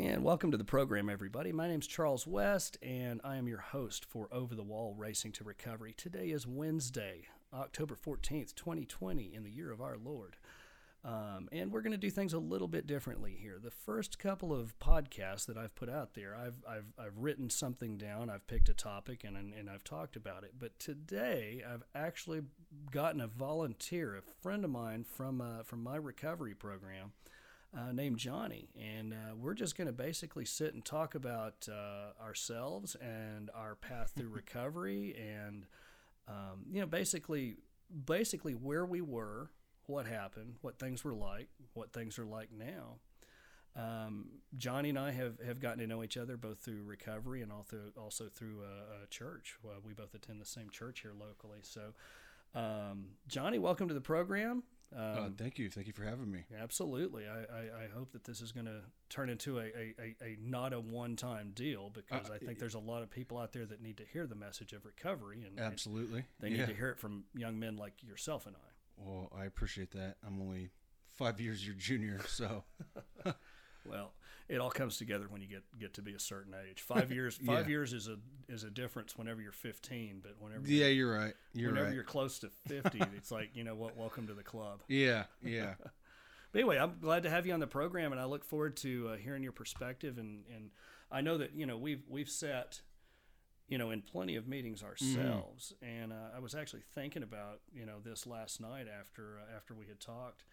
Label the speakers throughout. Speaker 1: And welcome to the program, everybody. My name's Charles West, and I am your host for Over the Wall Racing to Recovery. Today is Wednesday, October 14th, 2020, in the year of our Lord. Um, and we're going to do things a little bit differently here. The first couple of podcasts that I've put out there, I've, I've, I've written something down, I've picked a topic, and, and, and I've talked about it. But today, I've actually gotten a volunteer, a friend of mine from, uh, from my recovery program uh, named Johnny, and uh, we're just going to basically sit and talk about uh, ourselves and our path through recovery, and um, you know, basically, basically where we were, what happened, what things were like, what things are like now. Um, Johnny and I have, have gotten to know each other both through recovery and also also through a, a church. Well, we both attend the same church here locally. So, um, Johnny, welcome to the program. Um,
Speaker 2: uh, thank you. Thank you for having me.
Speaker 1: Absolutely. I, I, I hope that this is going to turn into a, a, a, a not a one time deal because
Speaker 2: Uh,
Speaker 1: I think there's a lot of people out there that need to hear the message of recovery and and
Speaker 2: Absolutely.
Speaker 1: they need to hear it from young men like yourself and I.
Speaker 2: Well, I appreciate that. I'm only five years your junior, so
Speaker 1: Well, it all comes together when you get, get to be a certain age. Five years five
Speaker 2: Yeah.
Speaker 1: years is a is a difference whenever you're 15, but whenever
Speaker 2: yeah,
Speaker 1: you're,
Speaker 2: you're right. You're
Speaker 1: whenever
Speaker 2: right.
Speaker 1: you're close to 50, it's like you know what? Welcome to the club.
Speaker 2: yeah, yeah.
Speaker 1: But anyway, I'm glad to have you on the program, and I look forward to uh, hearing your perspective. And, and I know that you know we've we've set, you know, in plenty of meetings ourselves. And uh, I was actually thinking about you know this last night after uh, after we had talked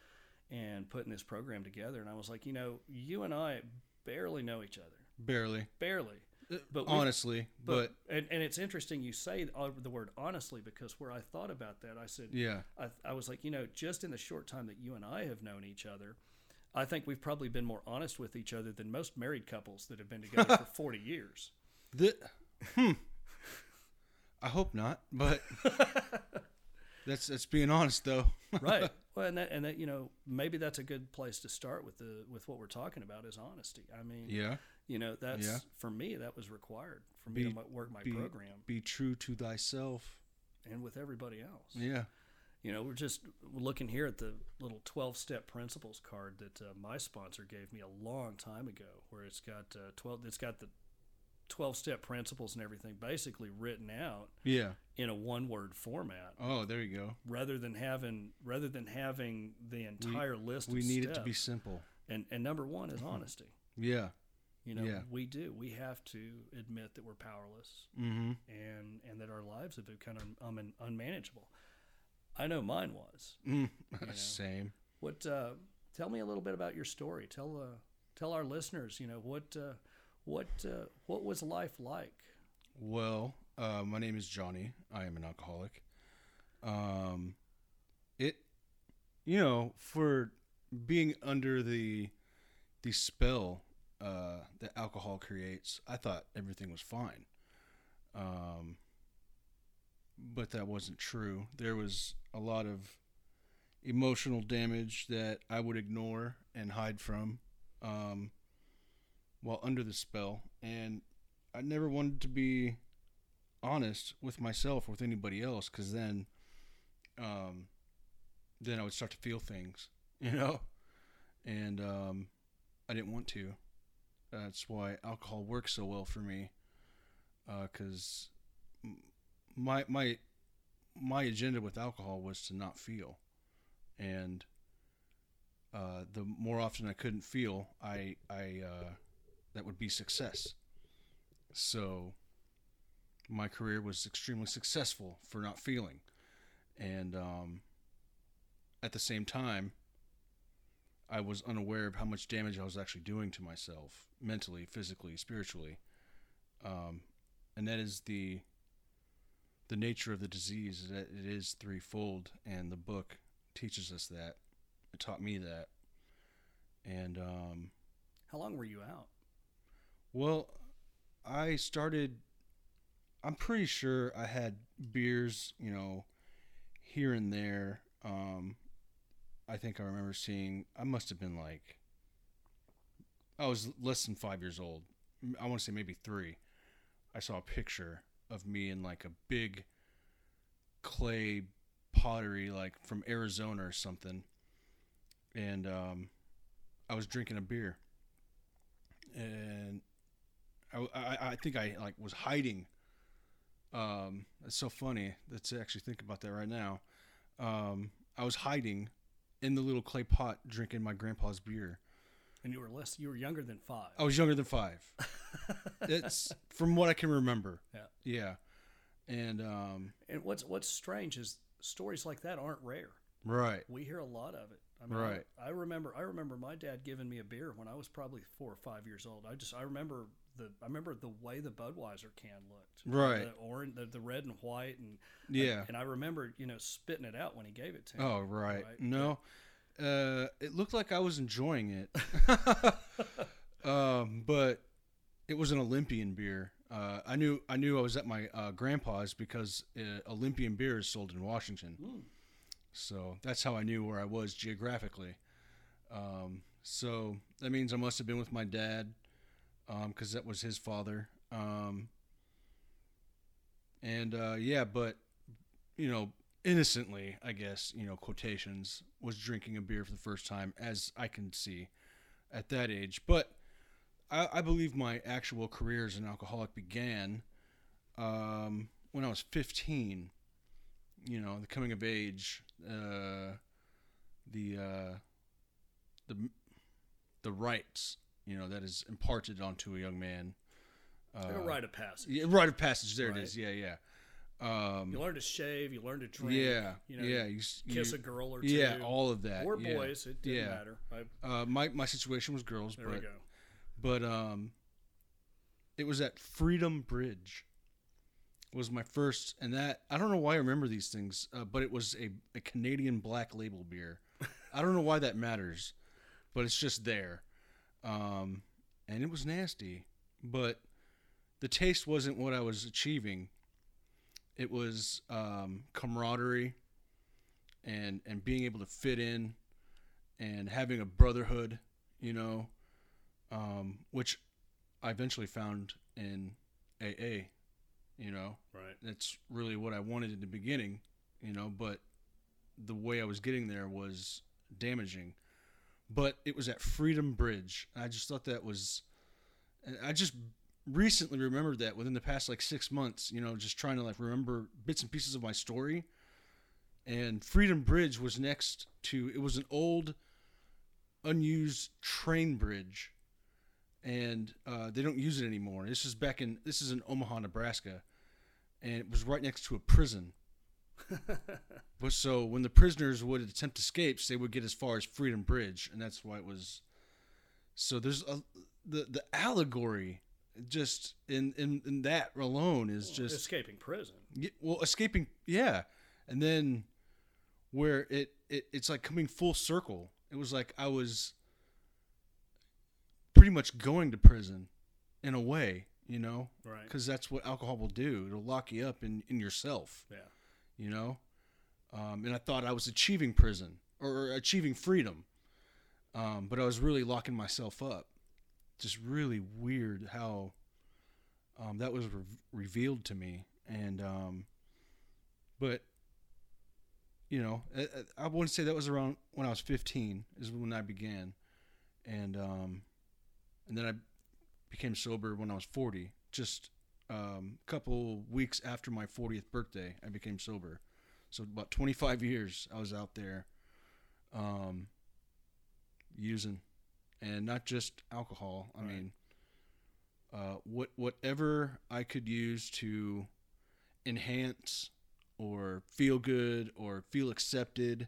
Speaker 1: and putting this program together, and I was like, you know, you and I barely know each other,
Speaker 2: Barely.
Speaker 1: barely. Uh, But
Speaker 2: But
Speaker 1: we-
Speaker 2: honestly, but,
Speaker 1: and, and it's interesting you say uh, the word honestly because where I thought about that, I said,
Speaker 2: yeah,
Speaker 1: I, I was like, you know, just in the short time that you and I have known each other, I think we've probably been more honest with each other than most married couples that have been together for 40 years.
Speaker 2: the, hmm. I hope not, but that's that's being honest though.
Speaker 1: Right. Well, and that, and that, you know, maybe that's a good place to start with the, with what we're talking about is honesty. I mean,
Speaker 2: yeah.
Speaker 1: you know, that's
Speaker 2: Yeah.
Speaker 1: for me, that was required for me
Speaker 2: Be-
Speaker 1: to mo- work my
Speaker 2: be-
Speaker 1: program
Speaker 2: Be true to thyself.
Speaker 1: and with everybody else.
Speaker 2: Yeah.
Speaker 1: You know, we're just looking here at the little 12 step principles card that uh, my sponsor gave me a long time ago, where it's got uh, 12, it's got the 12 step principles and everything basically written out
Speaker 2: Yeah.
Speaker 1: in a one word format
Speaker 2: Oh, there you go.
Speaker 1: rather than having, rather than having the entire list.
Speaker 2: We
Speaker 1: of
Speaker 2: need it to
Speaker 1: steps.
Speaker 2: be simple.
Speaker 1: And, and number one is honesty.
Speaker 2: Yeah.
Speaker 1: You know,
Speaker 2: Yeah.
Speaker 1: we do, we have to admit that we're powerless
Speaker 2: Mm-hmm.
Speaker 1: and, and that our lives have become um, unmanageable. I know mine was.
Speaker 2: Mm.
Speaker 1: know.
Speaker 2: Same.
Speaker 1: What? Uh, tell me a little bit about your story. Tell uh, tell our listeners. You know what uh, what uh, what was life like?
Speaker 2: Well, uh, my name is Johnny. I am an alcoholic. Um, it, you know, for being under the the spell uh, that alcohol creates, I thought everything was fine. Um, but that wasn't true. There was a lot of emotional damage that I would ignore and hide from um, while under the spell, and I never wanted to be honest with myself or with anybody else because then, um, then I would start to feel things, you know, and um, I didn't want to. That's why alcohol works so well for me, because my my my agenda with alcohol was to not feel, and uh, the more often I couldn't feel, I I uh, that would be success. So my career was extremely successful for not feeling. And um, at the same time, I was unaware of how much damage I was actually doing to myself mentally, physically, spiritually. Um, and that is the the nature of the disease is that it is threefold and the book teaches us that it taught me that and um,
Speaker 1: How long were you out?
Speaker 2: well, I started. I'm pretty sure I had beers, you know, here and there. Um, I think I remember seeing. I must have been like. I was less than five years old. M- I want to say maybe three. I saw a picture of me in like a big clay pottery, like from Arizona or something. And um, I was drinking a beer and I, I, I think I like was hiding. Um, it's so funny that's actually think about that right now. Um, I was hiding in the little clay pot drinking my grandpa's beer.
Speaker 1: And you were less. You were younger than five.
Speaker 2: I was younger than five. It's from what I can remember.
Speaker 1: Yeah.
Speaker 2: Yeah. And um,
Speaker 1: And what's what's strange is stories like that aren't rare.
Speaker 2: right.
Speaker 1: We hear a lot of it. I mean,
Speaker 2: Right.
Speaker 1: I, I remember. I remember my dad giving me a beer when I was probably four or five years old. I just I remember the I remember the way the Budweiser can looked.
Speaker 2: Right.
Speaker 1: The orange, the, the red and white, and
Speaker 2: Yeah.
Speaker 1: and I remember you know spitting it out when he gave it to me.
Speaker 2: Oh right.
Speaker 1: Right,
Speaker 2: No. Uh it looked like I was enjoying it. um but it was an Olympian beer. Uh I knew I knew I was at my uh, grandpa's because uh, Olympian beer is sold in Washington.
Speaker 1: Mm.
Speaker 2: So that's how I knew where I was geographically. Um so that means I must have been with my dad um cuz that was his father. Um and uh yeah, but you know, innocently, I guess, you know, quotations, was drinking a beer for the first time, as I can see at that age. But I, I believe my actual career as an alcoholic began um, when I was 15. You know, the coming of age, uh, the uh, the the rights, you know, that is imparted onto a young man. Uh,
Speaker 1: Like a rite of passage.
Speaker 2: yeah, rite of passage. There
Speaker 1: Right.
Speaker 2: it is. Yeah, yeah. Um,
Speaker 1: You learn to shave. You learn to drink.
Speaker 2: yeah,
Speaker 1: You know,
Speaker 2: yeah. You, s- you-
Speaker 1: Kiss a girl or two.
Speaker 2: yeah, all of that.
Speaker 1: or
Speaker 2: yeah.
Speaker 1: boys. It didn't
Speaker 2: Yeah.
Speaker 1: matter. I,
Speaker 2: Uh, my my situation was girls,
Speaker 1: there we
Speaker 2: but
Speaker 1: go.
Speaker 2: but um, it was at Freedom Bridge. Was my first, and that I don't know why I remember these things, uh, but it was a, a Canadian Black Label beer. I don't know why that matters, but it's just there, um, and it was nasty, but the taste wasn't what I was achieving. It was um, camaraderie, and and being able to fit in, and having a brotherhood, you know, um, which I eventually found in AA. You know,
Speaker 1: Right.
Speaker 2: that's really what I wanted in the beginning, you know, but the way I was getting there was damaging. But it was at Freedom Bridge. and I just thought that was, and I just recently remembered that within the past like six months, you know, just trying to like remember bits and pieces of my story. And Freedom Bridge was next to, it was an old, unused train bridge. And uh, they don't use it anymore. This is back in, this is in Omaha, Nebraska and it was right next to a prison. but so when the prisoners would attempt escapes, they would get as far as Freedom Bridge, and that's why it was. So there's a the the allegory just in in, in that alone is just
Speaker 1: escaping prison.
Speaker 2: yeah, well, escaping, yeah, and then where it, it it's like coming full circle. It was like I was pretty much going to prison in a way, you know,
Speaker 1: Right.
Speaker 2: because that's what alcohol will do. It'll lock you up in in yourself,
Speaker 1: Yeah.
Speaker 2: you know. Um, and I thought I was achieving prison or, or achieving freedom, um, but I was really locking myself up. Just really weird how um, that was re- revealed to me, and um, but you know, I, I- I wouldn't say that was around when I was 15 is when I began, and um, and then I became sober when I was 40. Just um, a couple weeks after my 40th birthday, I became sober. So about 25 years, I was out there um, using, and not just alcohol. I
Speaker 1: Right.
Speaker 2: mean, uh, what whatever I could use to enhance or feel good or feel accepted,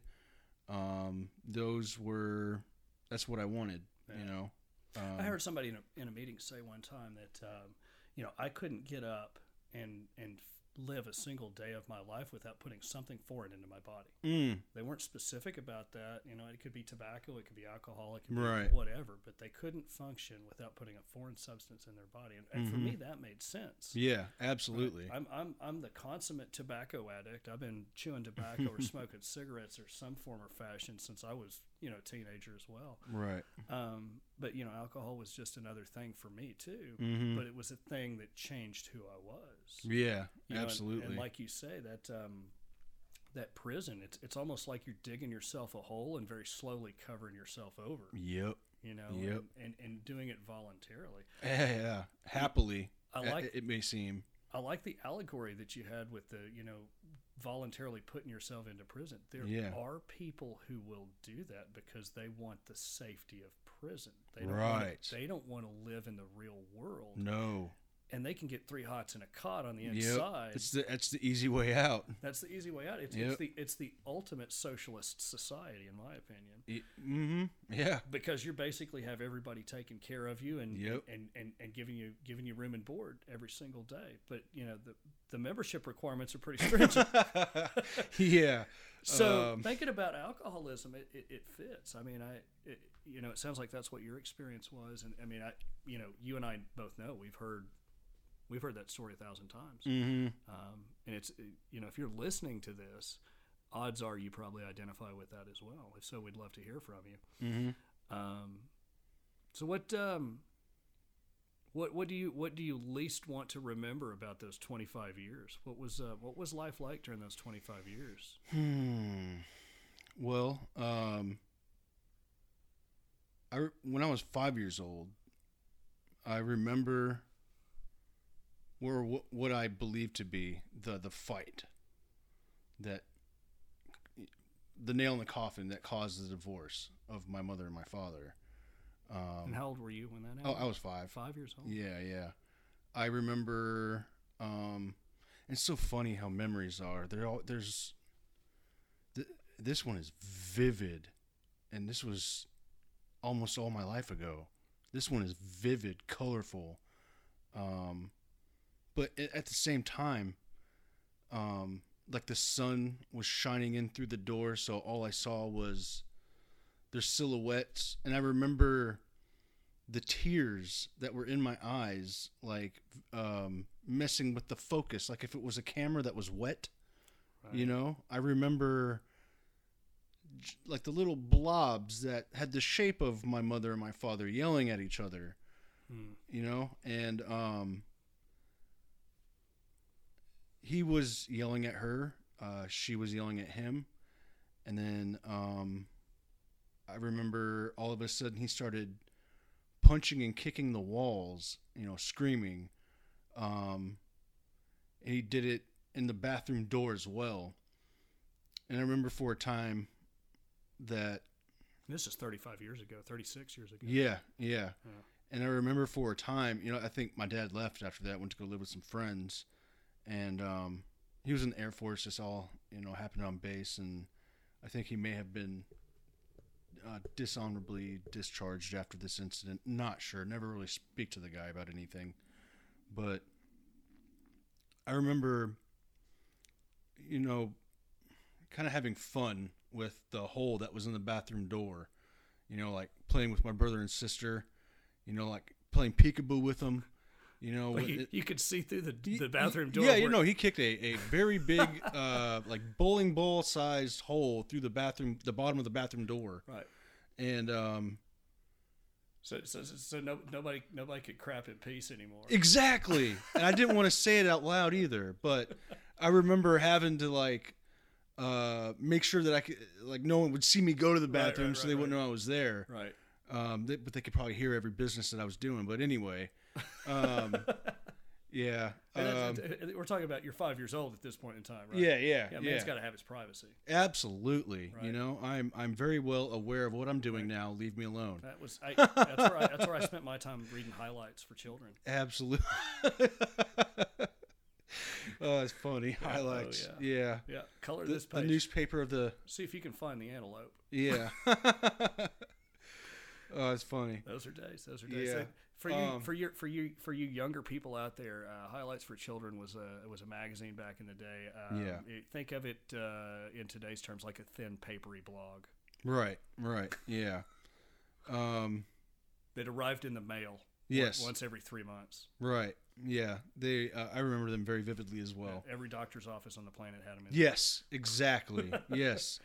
Speaker 2: um, those were that's what I wanted.
Speaker 1: Yeah.
Speaker 2: You know, um,
Speaker 1: I heard somebody in a, in a meeting say one time that, um, you know, I couldn't get up and and live a single day of my life without putting something foreign into my body.
Speaker 2: Mm,
Speaker 1: They weren't specific about that. You know, it could be tobacco, it could be alcohol, it could be
Speaker 2: Right.
Speaker 1: whatever, but they couldn't function without putting a foreign substance in their body. And, and for
Speaker 2: Mhm.
Speaker 1: me, that made sense.
Speaker 2: yeah, absolutely.
Speaker 1: I'm, I'm, I'm the consummate tobacco addict. I've been chewing tobacco or smoking cigarettes or some form or fashion since I was, you know, a teenager as well.
Speaker 2: Right.
Speaker 1: Um, but you know, alcohol was just another thing for me too.
Speaker 2: Mhm.
Speaker 1: But it was a thing that changed who I was.
Speaker 2: Yeah,
Speaker 1: You know, and-
Speaker 2: absolutely.
Speaker 1: And, like you say, that um, that prison, it's it's almost like you're digging yourself a hole and very slowly covering yourself over.
Speaker 2: yep.
Speaker 1: you know,
Speaker 2: Yep.
Speaker 1: and, and, and doing it voluntarily.
Speaker 2: Yeah, yeah. Happily,
Speaker 1: I
Speaker 2: a-
Speaker 1: like
Speaker 2: it may seem.
Speaker 1: I like the allegory that you had with the, you know, voluntarily putting yourself into prison. There
Speaker 2: Yeah.
Speaker 1: are people who will do that because they want the safety of prison. They don't
Speaker 2: Right.
Speaker 1: Want, they don't want to live in the real world,
Speaker 2: No.
Speaker 1: and they can get three hots and a cot on the
Speaker 2: Yep.
Speaker 1: inside.
Speaker 2: It's the it's the easy way out.
Speaker 1: That's the easy way out. It's, it's
Speaker 2: Yep.
Speaker 1: the it's the ultimate socialist society, in my opinion.
Speaker 2: Mm-hmm. Yeah.
Speaker 1: because you basically have everybody taking care of you and,
Speaker 2: Yep.
Speaker 1: and, and, and giving you giving you room and board every single day. But you know the the membership requirements are pretty stringent.
Speaker 2: yeah.
Speaker 1: so
Speaker 2: Um,
Speaker 1: thinking about alcoholism, it, it, it fits. I mean, I it, you know it sounds like that's what your experience was, and I mean, I you know you and I both know we've heard we've heard that story a thousand times.
Speaker 2: Mm-hmm.
Speaker 1: Um, and it's you know if you're listening to this, odds are you probably identify with that as well. If so, we'd love to hear from you.
Speaker 2: Mm-hmm.
Speaker 1: Um, so what um, what what do you what do you least want to remember about those twenty five years? What was uh, what was life like during those twenty five years?
Speaker 2: Hmm. Well, um, I re- when I was five years old, I remember where what, what I believed to be the the fight that the nail in the coffin that caused the divorce of my mother and my father.
Speaker 1: and
Speaker 2: Um,
Speaker 1: how old were you when that
Speaker 2: oh,
Speaker 1: happened?
Speaker 2: I was five.
Speaker 1: five years old.
Speaker 2: Yeah, yeah. I remember. Um, it's so funny how memories are. They're all there's. Th- this one is vivid, and this was almost all my life ago. This one is vivid, colorful, um, but a- at the same time, um, like the sun was shining in through the door, so all I saw was their silhouettes, and I remember the tears that were in my eyes like um messing with the focus like if it was a camera that was wet you know i remember j- like the little blobs that had the shape of my mother and my father yelling at each other
Speaker 1: Hmm.
Speaker 2: you know and um he was yelling at her uh she was yelling at him and then um i remember all of a sudden he started punching and kicking the walls you know screaming um and he did it in the bathroom door as well and i remember for a time that
Speaker 1: This is thirty five years ago, thirty six years ago.
Speaker 2: yeah, yeah.
Speaker 1: Yeah.
Speaker 2: And I remember for a time, you know, I think my dad left after that, went to go live with some friends, and um, he was in the Air Force. This all, you know, happened on base, and I think he may have been uh, dishonorably discharged after this incident. Not sure. Never really speak to the guy about anything, but I remember, you know, kind of having fun with the hole that was in the bathroom door you know, like playing with my brother and sister, you know, like playing peekaboo with them, you know.
Speaker 1: But
Speaker 2: with
Speaker 1: you,
Speaker 2: it-
Speaker 1: you could see through the,
Speaker 2: y-
Speaker 1: the bathroom door.
Speaker 2: Yeah, you
Speaker 1: where-
Speaker 2: know, he kicked a, a very big, uh, like bowling ball sized hole through the bathroom, the bottom of the bathroom door,
Speaker 1: Right.
Speaker 2: and um,
Speaker 1: So so, so, so no, nobody nobody could crap in peace anymore.
Speaker 2: Exactly. And I didn't want to say it out loud either, but I remember having to like uh make sure that I could like no one would see me go to the
Speaker 1: Right, right,
Speaker 2: bathroom so
Speaker 1: right,
Speaker 2: they wouldn't know I was there.
Speaker 1: right.
Speaker 2: um, they, but they could probably hear every business that I was doing. But anyway, um, yeah,
Speaker 1: And
Speaker 2: um,
Speaker 1: that's- we're talking about you're five years old at this point in time, right?
Speaker 2: yeah, yeah,
Speaker 1: Yeah,
Speaker 2: yeah,
Speaker 1: man's got to have his privacy.
Speaker 2: absolutely. You
Speaker 1: Right.
Speaker 2: know, I'm I'm very well aware of what I'm doing now. Leave me alone.
Speaker 1: That was I, that's where I, that's where I spent my time reading highlights for children.
Speaker 2: Absolutely. oh, it's funny highlights.
Speaker 1: oh,
Speaker 2: yeah.
Speaker 1: Yeah, color
Speaker 2: The,
Speaker 1: this
Speaker 2: the
Speaker 1: page.
Speaker 2: newspaper of the
Speaker 1: See if you can find the antelope.
Speaker 2: yeah. oh, it's funny.
Speaker 1: Those are days. Those are days.
Speaker 2: Yeah.
Speaker 1: For you,
Speaker 2: Um,
Speaker 1: for your, for you, for you younger people out there, uh, Highlights for Children was a was a magazine back in the day. Um,
Speaker 2: Yeah.
Speaker 1: it- think of it uh, in today's terms like a thin, papery blog
Speaker 2: Right, right, yeah. Um,
Speaker 1: that arrived in the mail. on-
Speaker 2: Yes.
Speaker 1: once every three months.
Speaker 2: right, yeah. They, uh, I remember them very vividly as well.
Speaker 1: Every doctor's office on the planet had them. In
Speaker 2: Yes, exactly. yes,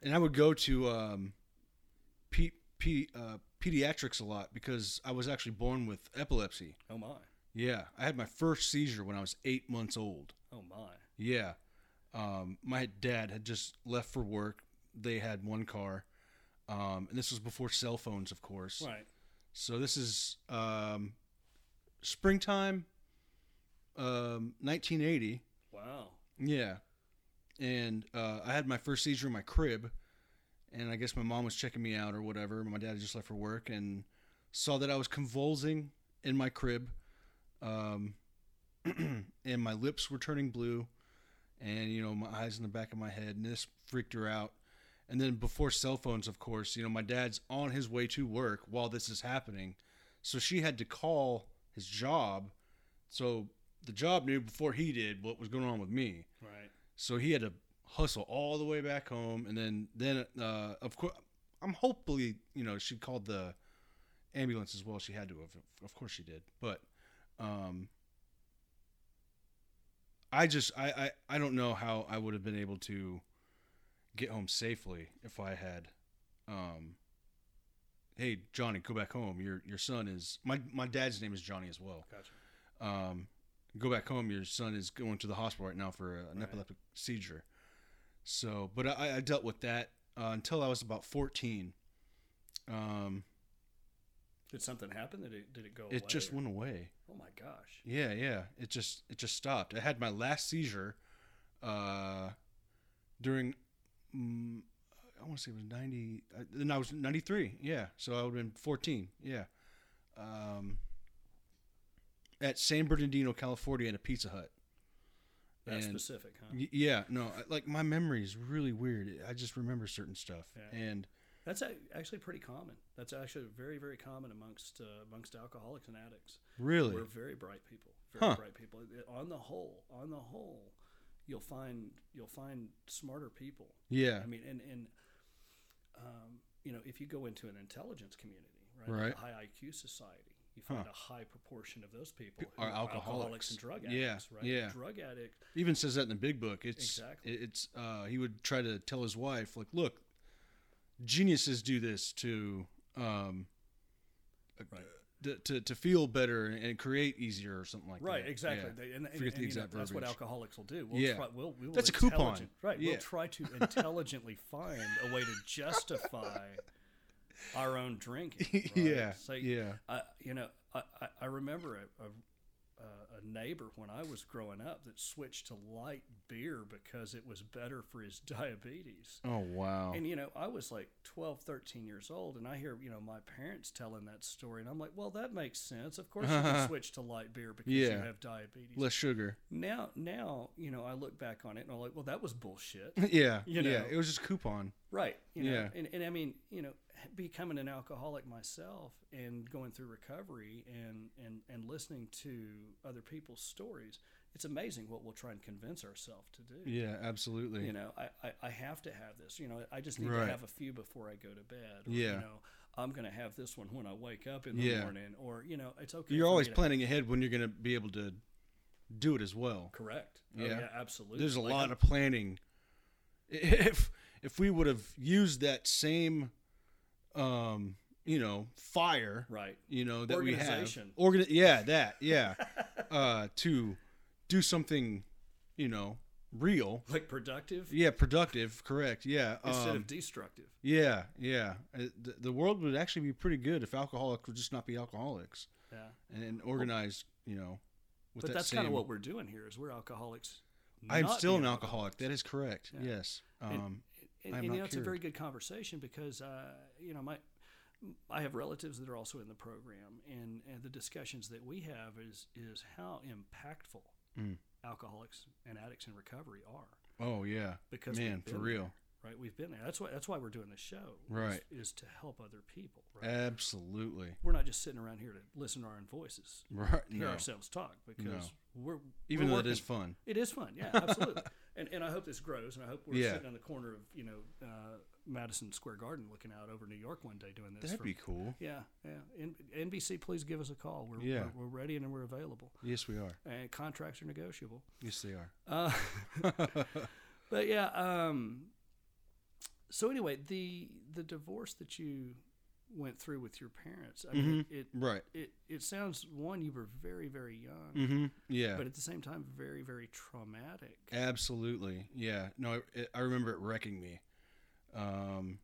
Speaker 2: and I would go to um, pe- pe- uh, pediatrics a lot because I was actually born with epilepsy.
Speaker 1: Oh my!
Speaker 2: Yeah, I had my first seizure when I was eight months old.
Speaker 1: Oh my!
Speaker 2: Yeah, um, my dad had just left for work. They had one car, Um, and this was before cell phones, of course.
Speaker 1: Right.
Speaker 2: So this is um, springtime, um, 1980.
Speaker 1: Wow.
Speaker 2: Yeah. And uh, I had my first seizure in my crib, and I guess my mom was checking me out or whatever. My dad had just left for work and saw that I was convulsing in my crib, um, and my lips were turning blue, and you know my eyes in the back of my head, and this freaked her out. And then before cell phones, of course, you know my dad's on his way to work while this is happening, so she had to call his job. So the job knew before he did what was going on with me
Speaker 1: Right.
Speaker 2: so he had to hustle all the way back home and then then uh of course i'm hopefully you know she called the ambulance as well she had to have of course she did but um i just i i, I don't know how i would have been able to get home safely if i had um hey johnny go back home your your son is my my dad's name is johnny as well
Speaker 1: Gotcha.
Speaker 2: um, go back home. Your son is going to the hospital right now for an
Speaker 1: Right.
Speaker 2: epileptic seizure. So, but I, I dealt with that uh, until I was about 14. Um,
Speaker 1: Did something happen? Did it, did it go away?
Speaker 2: it just
Speaker 1: or-
Speaker 2: went away.
Speaker 1: Oh my gosh.
Speaker 2: Yeah, yeah. It just it just stopped. I had my last seizure uh, during mm, I want to say it was 90 uh, then I was 93. Yeah. So I would have been 14. Yeah. Um, at San Bernardino, California at a Pizza Hut.
Speaker 1: That
Speaker 2: And-
Speaker 1: specific, huh?
Speaker 2: Y- Yeah, no, I- like my memory is really weird. I just remember certain stuff,
Speaker 1: Yeah.
Speaker 2: and
Speaker 1: That's a- actually pretty common. That's actually very, very common amongst uh, amongst alcoholics and addicts.
Speaker 2: really,
Speaker 1: We're very bright people. Very
Speaker 2: Huh.
Speaker 1: bright people. It- On the whole, on the whole, you'll find you'll find smarter people.
Speaker 2: yeah,
Speaker 1: I mean, and and um, you know, if you go into an intelligence community, right,
Speaker 2: Right.
Speaker 1: a high IQ society, you
Speaker 2: Huh.
Speaker 1: find a high proportion of those people
Speaker 2: Are alcoholics.
Speaker 1: and drug
Speaker 2: Yeah,
Speaker 1: addicts, right?
Speaker 2: yeah.
Speaker 1: Drug addict,
Speaker 2: even says that in the big book. It's
Speaker 1: Exactly.
Speaker 2: it- it's uh, he would try to tell his wife, like, look, geniuses do this to um, uh,
Speaker 1: Right.
Speaker 2: to, to to feel better and create easier or something like that.
Speaker 1: right? Exactly.
Speaker 2: Yeah.
Speaker 1: They- and, and,
Speaker 2: Forget the
Speaker 1: and, you know,
Speaker 2: exact
Speaker 1: that's what
Speaker 2: verbiage.
Speaker 1: alcoholics will do. We'll
Speaker 2: Yeah.
Speaker 1: try, we'll, we will
Speaker 2: That's a coupon.
Speaker 1: intelligent- right?
Speaker 2: Yeah.
Speaker 1: We'll try to intelligently find a way to justify our own drinking. Right?
Speaker 2: yeah,
Speaker 1: So,
Speaker 2: yeah,
Speaker 1: I, you know, I, I- I remember a, a, a- a neighbor when I was growing up that switched to light beer because it was better for his diabetes.
Speaker 2: Oh wow.
Speaker 1: And, you know, I was like 12, 13 years old, and I hear, you know, my parents telling that story, and I'm like, well, that makes sense. Of course you can switch to light beer because you
Speaker 2: Yeah.
Speaker 1: have diabetes.
Speaker 2: Less sugar.
Speaker 1: Now, now, you know, I look back on it and I'm like, well, that was bullshit.
Speaker 2: yeah,
Speaker 1: You
Speaker 2: yeah.
Speaker 1: know.
Speaker 2: It was just coupon.
Speaker 1: Right. You know,
Speaker 2: Yeah.
Speaker 1: and, and I mean, you know, becoming an alcoholic myself and going through recovery and, and, and listening to other people's stories, it's amazing what we'll try and convince ourselves to do.
Speaker 2: Yeah, absolutely.
Speaker 1: You know, I, I, I have to have this. You know, I just need
Speaker 2: Right.
Speaker 1: to have a few before I go to bed. Or,
Speaker 2: Yeah.
Speaker 1: You know, I'm going to have this one when I wake up in the
Speaker 2: Yeah.
Speaker 1: morning. Or, you know, it's okay.
Speaker 2: You're
Speaker 1: for
Speaker 2: always
Speaker 1: me to-
Speaker 2: planning ahead when you're going to be able to do it as well.
Speaker 1: Correct. Oh,
Speaker 2: Yeah.
Speaker 1: yeah, absolutely.
Speaker 2: There's a
Speaker 1: Like,
Speaker 2: lot of planning. If if we would have used that same, um, you know, fire,
Speaker 1: Right.
Speaker 2: you know, that we have,
Speaker 1: Organization.
Speaker 2: Organ- yeah, that, yeah, uh, to do something, you know, real,
Speaker 1: Like productive
Speaker 2: yeah, productive, correct, yeah,
Speaker 1: instead
Speaker 2: um,
Speaker 1: of destructive.
Speaker 2: yeah, yeah. Uh, The, the world would actually be pretty good if alcoholics would just not be alcoholics
Speaker 1: Yeah.
Speaker 2: and, and organized, you know. With
Speaker 1: but
Speaker 2: that
Speaker 1: that's kind of
Speaker 2: same-
Speaker 1: what we're doing here is we're alcoholics
Speaker 2: I'm
Speaker 1: not
Speaker 2: still an
Speaker 1: being
Speaker 2: alcoholic. That is correct.
Speaker 1: Yeah.
Speaker 2: Yes. Um,
Speaker 1: and,
Speaker 2: I
Speaker 1: and,
Speaker 2: am
Speaker 1: you
Speaker 2: not
Speaker 1: know, it's a very good conversation because uh, you know my i have relatives that are also in the program and, and the discussions that we have is is how impactful
Speaker 2: Mm.
Speaker 1: alcoholics and addicts in recovery are
Speaker 2: oh yeah.
Speaker 1: because we've
Speaker 2: Man, for
Speaker 1: been
Speaker 2: real.
Speaker 1: there, right we've been there that's why that's why we're doing this show is-
Speaker 2: Right. Eh.
Speaker 1: is, to help other people right
Speaker 2: Absolutely.
Speaker 1: we're not just sitting around here to listen to our own voices
Speaker 2: Right.
Speaker 1: hear
Speaker 2: No.
Speaker 1: ourselves talk because we're
Speaker 2: Even
Speaker 1: we're
Speaker 2: though it is
Speaker 1: working.
Speaker 2: fun.
Speaker 1: It is fun, yeah, absolutely. and and I hope this grows, and I hope we're
Speaker 2: Yeah.
Speaker 1: sitting on the corner of you know uh, Madison Square Garden, looking out over New York one day doing this.
Speaker 2: That'd
Speaker 1: for-
Speaker 2: be cool.
Speaker 1: yeah, yeah. N- NBC, please give us a call. We're,
Speaker 2: Yeah.
Speaker 1: we're we're ready and we're available,
Speaker 2: Yes, we are.
Speaker 1: and contracts are negotiable.
Speaker 2: Yes, they are.
Speaker 1: Uh, but yeah, um, so anyway, the the divorce that you went through with your parents, I mean,
Speaker 2: Mm-hmm.
Speaker 1: it,
Speaker 2: Right.
Speaker 1: it it sounds one you were very very young,
Speaker 2: Mm-hmm. Yeah.
Speaker 1: but at the same time very very traumatic.
Speaker 2: Absolutely. Yeah. No, I, I remember it wrecking me. Um,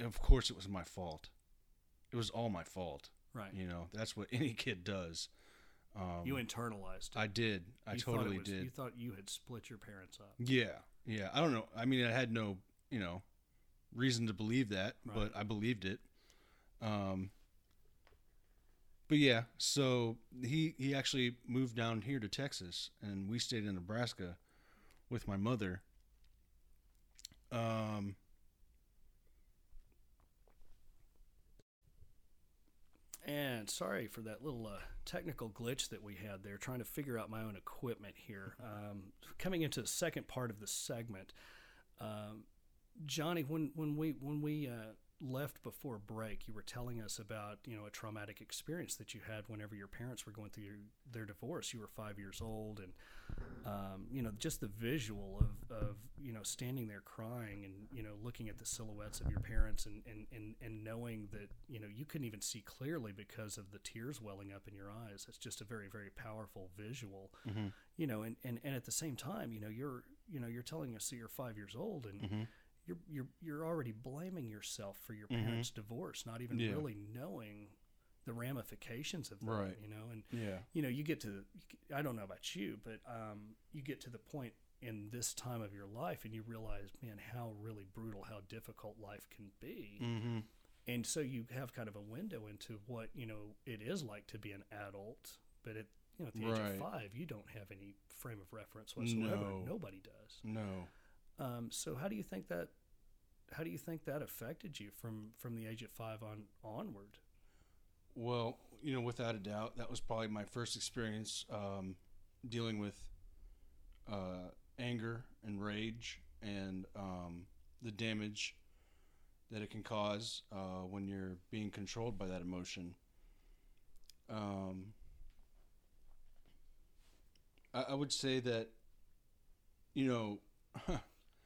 Speaker 2: of course it was my fault. It was all my fault.
Speaker 1: Right.
Speaker 2: You know, that's what any kid does. Um,
Speaker 1: you internalized. it.
Speaker 2: I did. I
Speaker 1: You thought it
Speaker 2: totally
Speaker 1: was-
Speaker 2: did.
Speaker 1: You thought you had split your parents up.
Speaker 2: Yeah, yeah. I don't know. I mean, I had no, you know, reason to believe that,
Speaker 1: Right.
Speaker 2: but I believed it. Um. But yeah, so he he actually moved down here to Texas, and we stayed in Nebraska with my mother. Um.
Speaker 1: And sorry for that little uh, technical glitch that we had there, trying to figure out my own equipment here. Um, coming into the second part of the segment, um, Johnny, when when we when we uh, left before break, you were telling us about you know a traumatic experience that you had whenever your parents were going through your, their divorce. You were five years old, and um, you know just the visual of, of you know standing there crying and you know looking at the silhouettes of your parents and, and and and knowing that you know you couldn't even see clearly because of the tears welling up in your eyes. It's just a very very powerful visual
Speaker 2: mhm,
Speaker 1: you know and, and and at the same time you know you're you know you're telling us that you're five years old and
Speaker 2: Mhm.
Speaker 1: you're you're you're already blaming yourself for your
Speaker 2: Mhm.
Speaker 1: parents divorce not even
Speaker 2: Yeah.
Speaker 1: really knowing the ramifications of that
Speaker 2: Right.
Speaker 1: you know and
Speaker 2: Yeah.
Speaker 1: you know you get to the- i don't know about you but um, you get to the point in this time of your life and you realize man how really brutal how difficult life can be
Speaker 2: Mm-hmm.
Speaker 1: and so you have kind of a window into what you know it is like to be an adult but at you know at the age
Speaker 2: Right.
Speaker 1: of five you don't have any frame of reference whatsoever
Speaker 2: No.
Speaker 1: nobody does
Speaker 2: No.
Speaker 1: um, so how do you think that how do you think that affected you from from the age of five on onward
Speaker 2: Well, you know, without a doubt, that was probably my first experience um, dealing with uh, anger and rage and um, the damage that it can cause uh, when you're being controlled by that emotion. Um, I, I would say that, you know,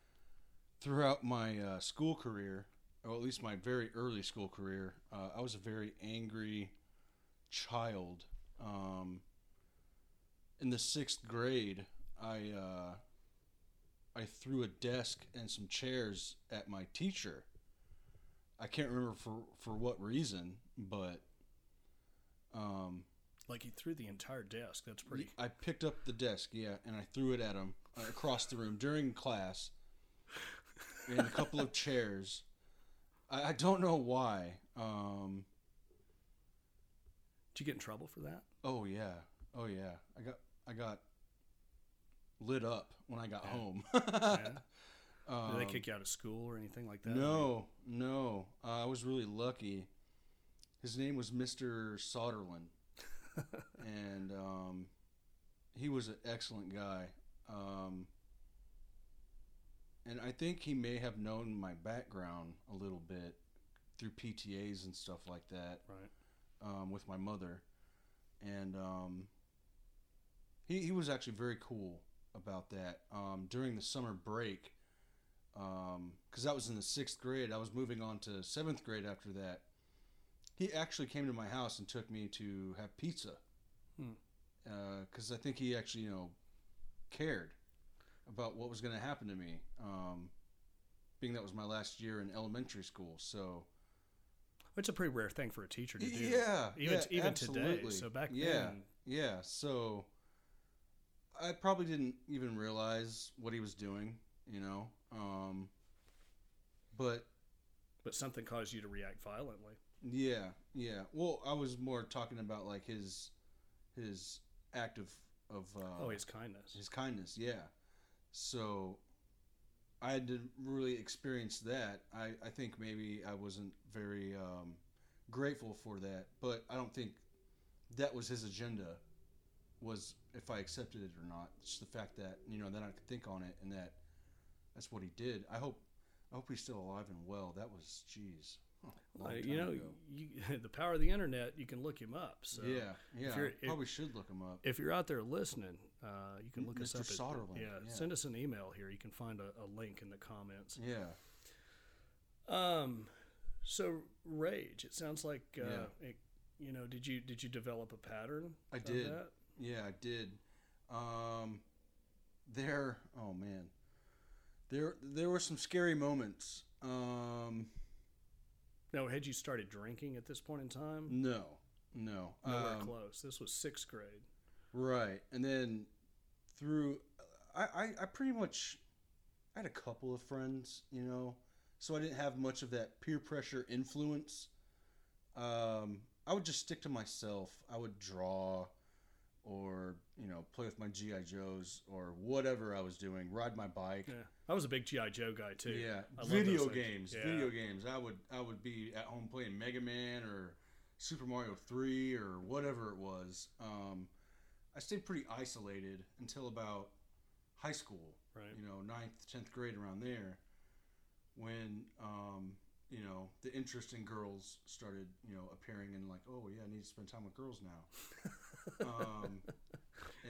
Speaker 2: throughout my uh, school career, or at least my very early school career, uh, I was a very angry child. Um, in the sixth grade, I uh, I threw a desk and some chairs at my teacher. I can't remember for for what reason, but um,
Speaker 1: like you threw the entire desk that's pretty
Speaker 2: I picked up the desk, yeah, and I threw it at him uh, across the room during class, and a couple of chairs. I, I don't know why. Um,
Speaker 1: did you get in trouble for that
Speaker 2: oh yeah, oh yeah. I got I got lit up when I got
Speaker 1: Yeah.
Speaker 2: home.
Speaker 1: Yeah?
Speaker 2: um,
Speaker 1: did they kick you out of school or anything like that
Speaker 2: No, no. Uh, I was really lucky. His name was Mr. Soderlin, and um, he was an excellent guy. Um, and I think he may have known my background a little bit through PTAs and stuff like that
Speaker 1: right
Speaker 2: um, with my mother, and um, he he was actually very cool about that. Um, during the summer break, because that was in the sixth grade, I was moving on to seventh grade after that. He actually came to my house and took me to have pizza,
Speaker 1: Hmm.
Speaker 2: because I think he actually you know cared about what was going to happen to me. Um, being that was my last year in elementary school, so
Speaker 1: it's a pretty rare thing for a teacher to do
Speaker 2: yeah,
Speaker 1: even
Speaker 2: yeah,
Speaker 1: even today
Speaker 2: absolutely.
Speaker 1: so back
Speaker 2: yeah,
Speaker 1: then
Speaker 2: Yeah, so I probably didn't even realize what he was doing, you know. Um, but
Speaker 1: but something caused you to react violently
Speaker 2: yeah, yeah. Well, I was more talking about like his his act of of uh,
Speaker 1: oh his kindness
Speaker 2: his kindness, yeah. So I didn't really experience that. I, I think maybe I wasn't very um, grateful for that, but I don't think that was his agenda. Was if I accepted it or not? It's the fact that you know that I could think on it and that that's what he did. I hope I hope he's still alive and well. That was jeez. huh, a long
Speaker 1: Like, you
Speaker 2: time
Speaker 1: know,
Speaker 2: ago.
Speaker 1: you, the power of the internet, you can look him up. So
Speaker 2: yeah, yeah.
Speaker 1: you're- if-
Speaker 2: probably should look him up.
Speaker 1: if you're out there listening, uh, you can look us
Speaker 2: Mr.
Speaker 1: up. at-
Speaker 2: Soderlund,
Speaker 1: yeah,
Speaker 2: yeah.
Speaker 1: send us an email here. You can find a, a link in the comments.
Speaker 2: yeah.
Speaker 1: Um, so rage. It sounds like uh,
Speaker 2: Yeah.
Speaker 1: it, you know. Did you did you develop a pattern?
Speaker 2: I
Speaker 1: of
Speaker 2: did.
Speaker 1: that?
Speaker 2: Yeah, I did. Um, there. Oh man, there there were some scary moments. Um,
Speaker 1: Now, had you started drinking at this point in time?
Speaker 2: No, no,
Speaker 1: Nowhere
Speaker 2: Um,
Speaker 1: close. This was sixth grade.
Speaker 2: Right, and then through, I, I I pretty much, I had a couple of friends, you know, so I didn't have much of that peer pressure influence. Um, I would just stick to myself. I would draw, or you know, play with my GI Joes or whatever I was doing. Ride my bike.
Speaker 1: Yeah, I was a big GI Joe guy too.
Speaker 2: Yeah,
Speaker 1: I love those
Speaker 2: video
Speaker 1: things.
Speaker 2: games.
Speaker 1: Yeah.
Speaker 2: Video games. I would I would be at home playing Mega Man or Super Mario Three or whatever it was. Um, I stayed pretty isolated until about high school.
Speaker 1: Right.
Speaker 2: You know, ninth, tenth grade around there, when um, you know the interest in girls started you know appearing and like oh yeah I need to spend time with girls now. um,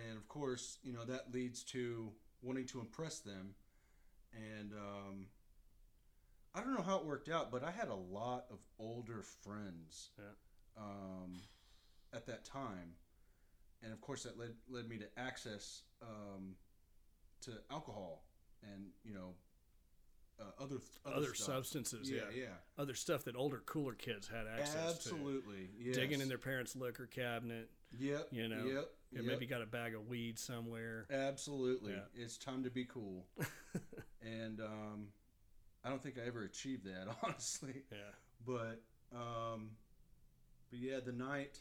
Speaker 2: and of course you know that leads to wanting to impress them and um, I don't know how it worked out, but I had a lot of older friends
Speaker 1: Yeah.
Speaker 2: um, at that time, and of course that led led me to access um, to alcohol and you know uh, other
Speaker 1: Other,
Speaker 2: stuff.
Speaker 1: substances, yeah,
Speaker 2: Yeah, yeah,
Speaker 1: other stuff that older, cooler kids had access to.
Speaker 2: absolutely. Yes.
Speaker 1: Digging in their parents' liquor cabinet,
Speaker 2: Yep.
Speaker 1: you know,
Speaker 2: Yep.
Speaker 1: and
Speaker 2: yep.
Speaker 1: maybe got a bag of weed somewhere.
Speaker 2: Absolutely.
Speaker 1: Yeah.
Speaker 2: It's time to be cool. and um, I don't think I ever achieved that, honestly.
Speaker 1: Yeah,
Speaker 2: But um, but yeah, the night.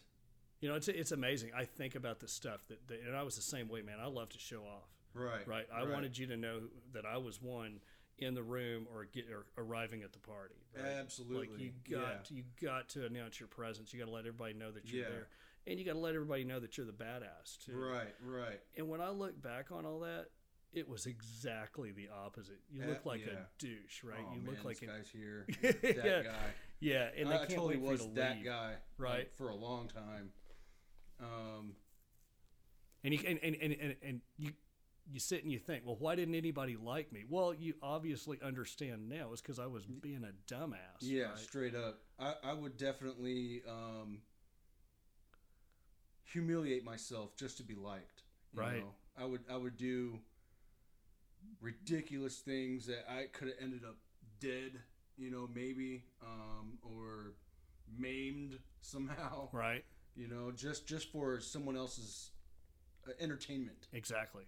Speaker 1: you know, it's it's amazing. I think about the stuff that, that, and I was the same way, man. I love to show off.
Speaker 2: Right.
Speaker 1: Right. I wanted you to know that I was one in the room or get or arriving at the party. right?
Speaker 2: Absolutely.
Speaker 1: Like you got you got to announce your presence. You got to let everybody know that you're
Speaker 2: Yeah.
Speaker 1: there, and you got to let everybody know that you're the badass
Speaker 2: yeah.
Speaker 1: too.
Speaker 2: Right. Right.
Speaker 1: And when I look back on all that, it was exactly the opposite. You look
Speaker 2: Uh,
Speaker 1: like
Speaker 2: yeah.
Speaker 1: a douche, right?
Speaker 2: Oh,
Speaker 1: you
Speaker 2: man,
Speaker 1: look like
Speaker 2: this
Speaker 1: an
Speaker 2: guy's here. That
Speaker 1: yeah,
Speaker 2: guy.
Speaker 1: yeah. And
Speaker 2: I,
Speaker 1: they
Speaker 2: I
Speaker 1: can't
Speaker 2: totally
Speaker 1: wait for you
Speaker 2: was
Speaker 1: to
Speaker 2: that
Speaker 1: leave.
Speaker 2: guy. like,
Speaker 1: Right.
Speaker 2: for a long time. Um.
Speaker 1: And you and and, and, and, and you. You sit and you think, well, why didn't anybody like me? Well, you obviously understand now. It's because I was being a dumbass.
Speaker 2: Yeah.
Speaker 1: right?
Speaker 2: Straight up. I I would definitely um. Humiliate myself just to be liked. you
Speaker 1: Right.
Speaker 2: know? I would I would do. Ridiculous things that I could have ended up dead. You know, maybe um or maimed somehow.
Speaker 1: Right.
Speaker 2: you know just just for someone else's uh, entertainment
Speaker 1: Exactly.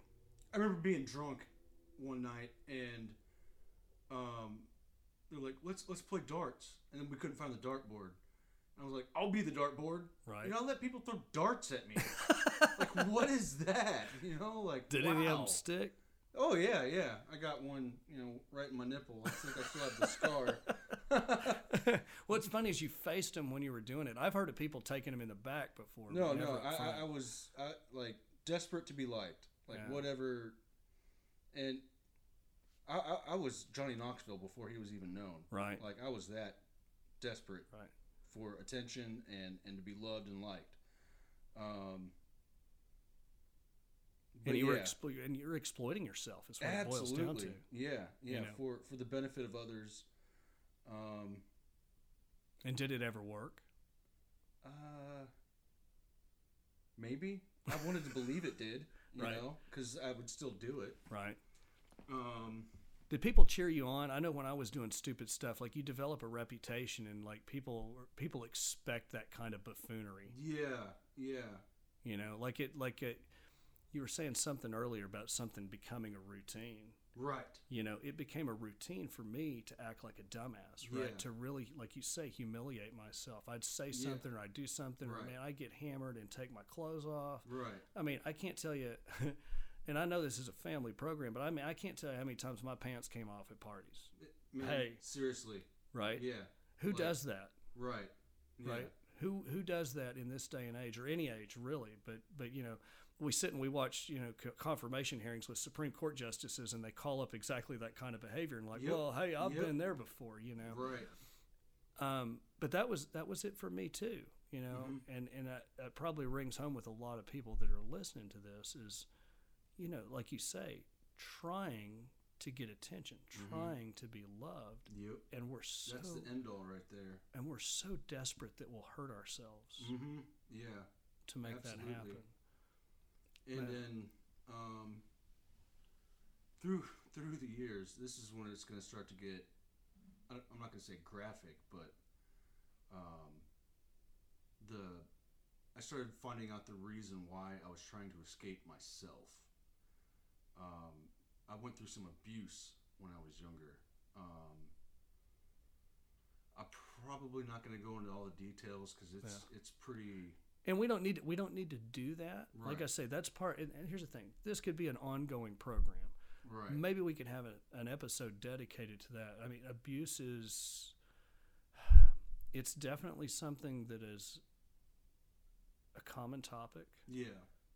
Speaker 2: i remember being drunk one night and um they're like let's let's play darts and then we couldn't find the dartboard and i was like i'll be the dartboard
Speaker 1: Right.
Speaker 2: you know i let people throw darts at me like what is that you know like
Speaker 1: Did
Speaker 2: wow.
Speaker 1: any of them stick?
Speaker 2: oh yeah yeah i got one you know right in my nipple i think i still have the scar
Speaker 1: What's funny is you faced him when you were doing it. I've heard of people taking him in the back before. but
Speaker 2: No,
Speaker 1: never
Speaker 2: no,
Speaker 1: up
Speaker 2: I, I,
Speaker 1: front.
Speaker 2: I was I, like desperate to be liked, like
Speaker 1: Yeah.
Speaker 2: whatever, and I, I, I was Johnny Knoxville before he was even known.
Speaker 1: right,
Speaker 2: Like I was that desperate
Speaker 1: right.
Speaker 2: for attention and and to be loved and liked. Um,
Speaker 1: And
Speaker 2: but
Speaker 1: you were
Speaker 2: yeah,
Speaker 1: explo- and you're exploiting yourself. Is what it boils down
Speaker 2: absolutely,
Speaker 1: to.
Speaker 2: yeah, yeah,
Speaker 1: know.
Speaker 2: for for the benefit of others. Um,
Speaker 1: And did it ever work?
Speaker 2: Uh, maybe I wanted to believe it did, you know,
Speaker 1: Right.
Speaker 2: 'cause know, because I would still do it.
Speaker 1: Right.
Speaker 2: Um,
Speaker 1: Did people cheer you on? I know when I was doing stupid stuff, like you develop a reputation, and like people people expect that kind of buffoonery.
Speaker 2: yeah, yeah,
Speaker 1: You know, like it like it. You were saying something earlier about something becoming a routine.
Speaker 2: right,
Speaker 1: you know, it became a routine for me to act like a dumbass, right?
Speaker 2: Yeah.
Speaker 1: To really, like you say, humiliate myself. I'd say
Speaker 2: Yeah.
Speaker 1: something or I'd do something, or
Speaker 2: Right.
Speaker 1: man, I get hammered and take my clothes off.
Speaker 2: right,
Speaker 1: I mean, I can't tell you, and I know this is a family program, but I mean, I can't tell you how many times my pants came off at parties,
Speaker 2: Man,
Speaker 1: Hey.
Speaker 2: seriously,
Speaker 1: right?
Speaker 2: yeah,
Speaker 1: Who
Speaker 2: like-
Speaker 1: does that,
Speaker 2: right, yeah,
Speaker 1: right? Who who does that in this day and age, or any age really? But but you know. We sit and we watch, you know, co- confirmation hearings with Supreme Court justices, and they call up exactly that kind of behavior, and like,
Speaker 2: Yep.
Speaker 1: well, hey, I've
Speaker 2: Yep.
Speaker 1: been there before, you know.
Speaker 2: right,
Speaker 1: um, but that was that was it for me too you know
Speaker 2: Mm-hmm.
Speaker 1: and and that, that probably rings home with a lot of people that are listening to this is you know like you say trying to get attention trying to be loved
Speaker 2: yep.
Speaker 1: and we're so
Speaker 2: Mm-hmm. That's the end all right there.
Speaker 1: and we're so desperate that we'll hurt ourselves
Speaker 2: Mm-hmm. Yeah.
Speaker 1: to make that
Speaker 2: absolutely.
Speaker 1: happen
Speaker 2: and
Speaker 1: Right.
Speaker 2: then um, through through the years, this is when it's going to start to get. I- I'm not going to say graphic, but
Speaker 3: um, the I started finding out the reason why I was trying to escape myself. Um, I went through some abuse when I was younger. Um, I'm probably not going to go into all the details because it's it's pretty.
Speaker 1: and we don't need we don't need to do that. Like I
Speaker 3: Right.
Speaker 1: say, that's part. And, and here's the thing: this could be an ongoing program.
Speaker 3: Right.
Speaker 1: Maybe we could have a, an episode dedicated to that. I mean, abuse is it's definitely something that is a common topic.
Speaker 3: Yeah.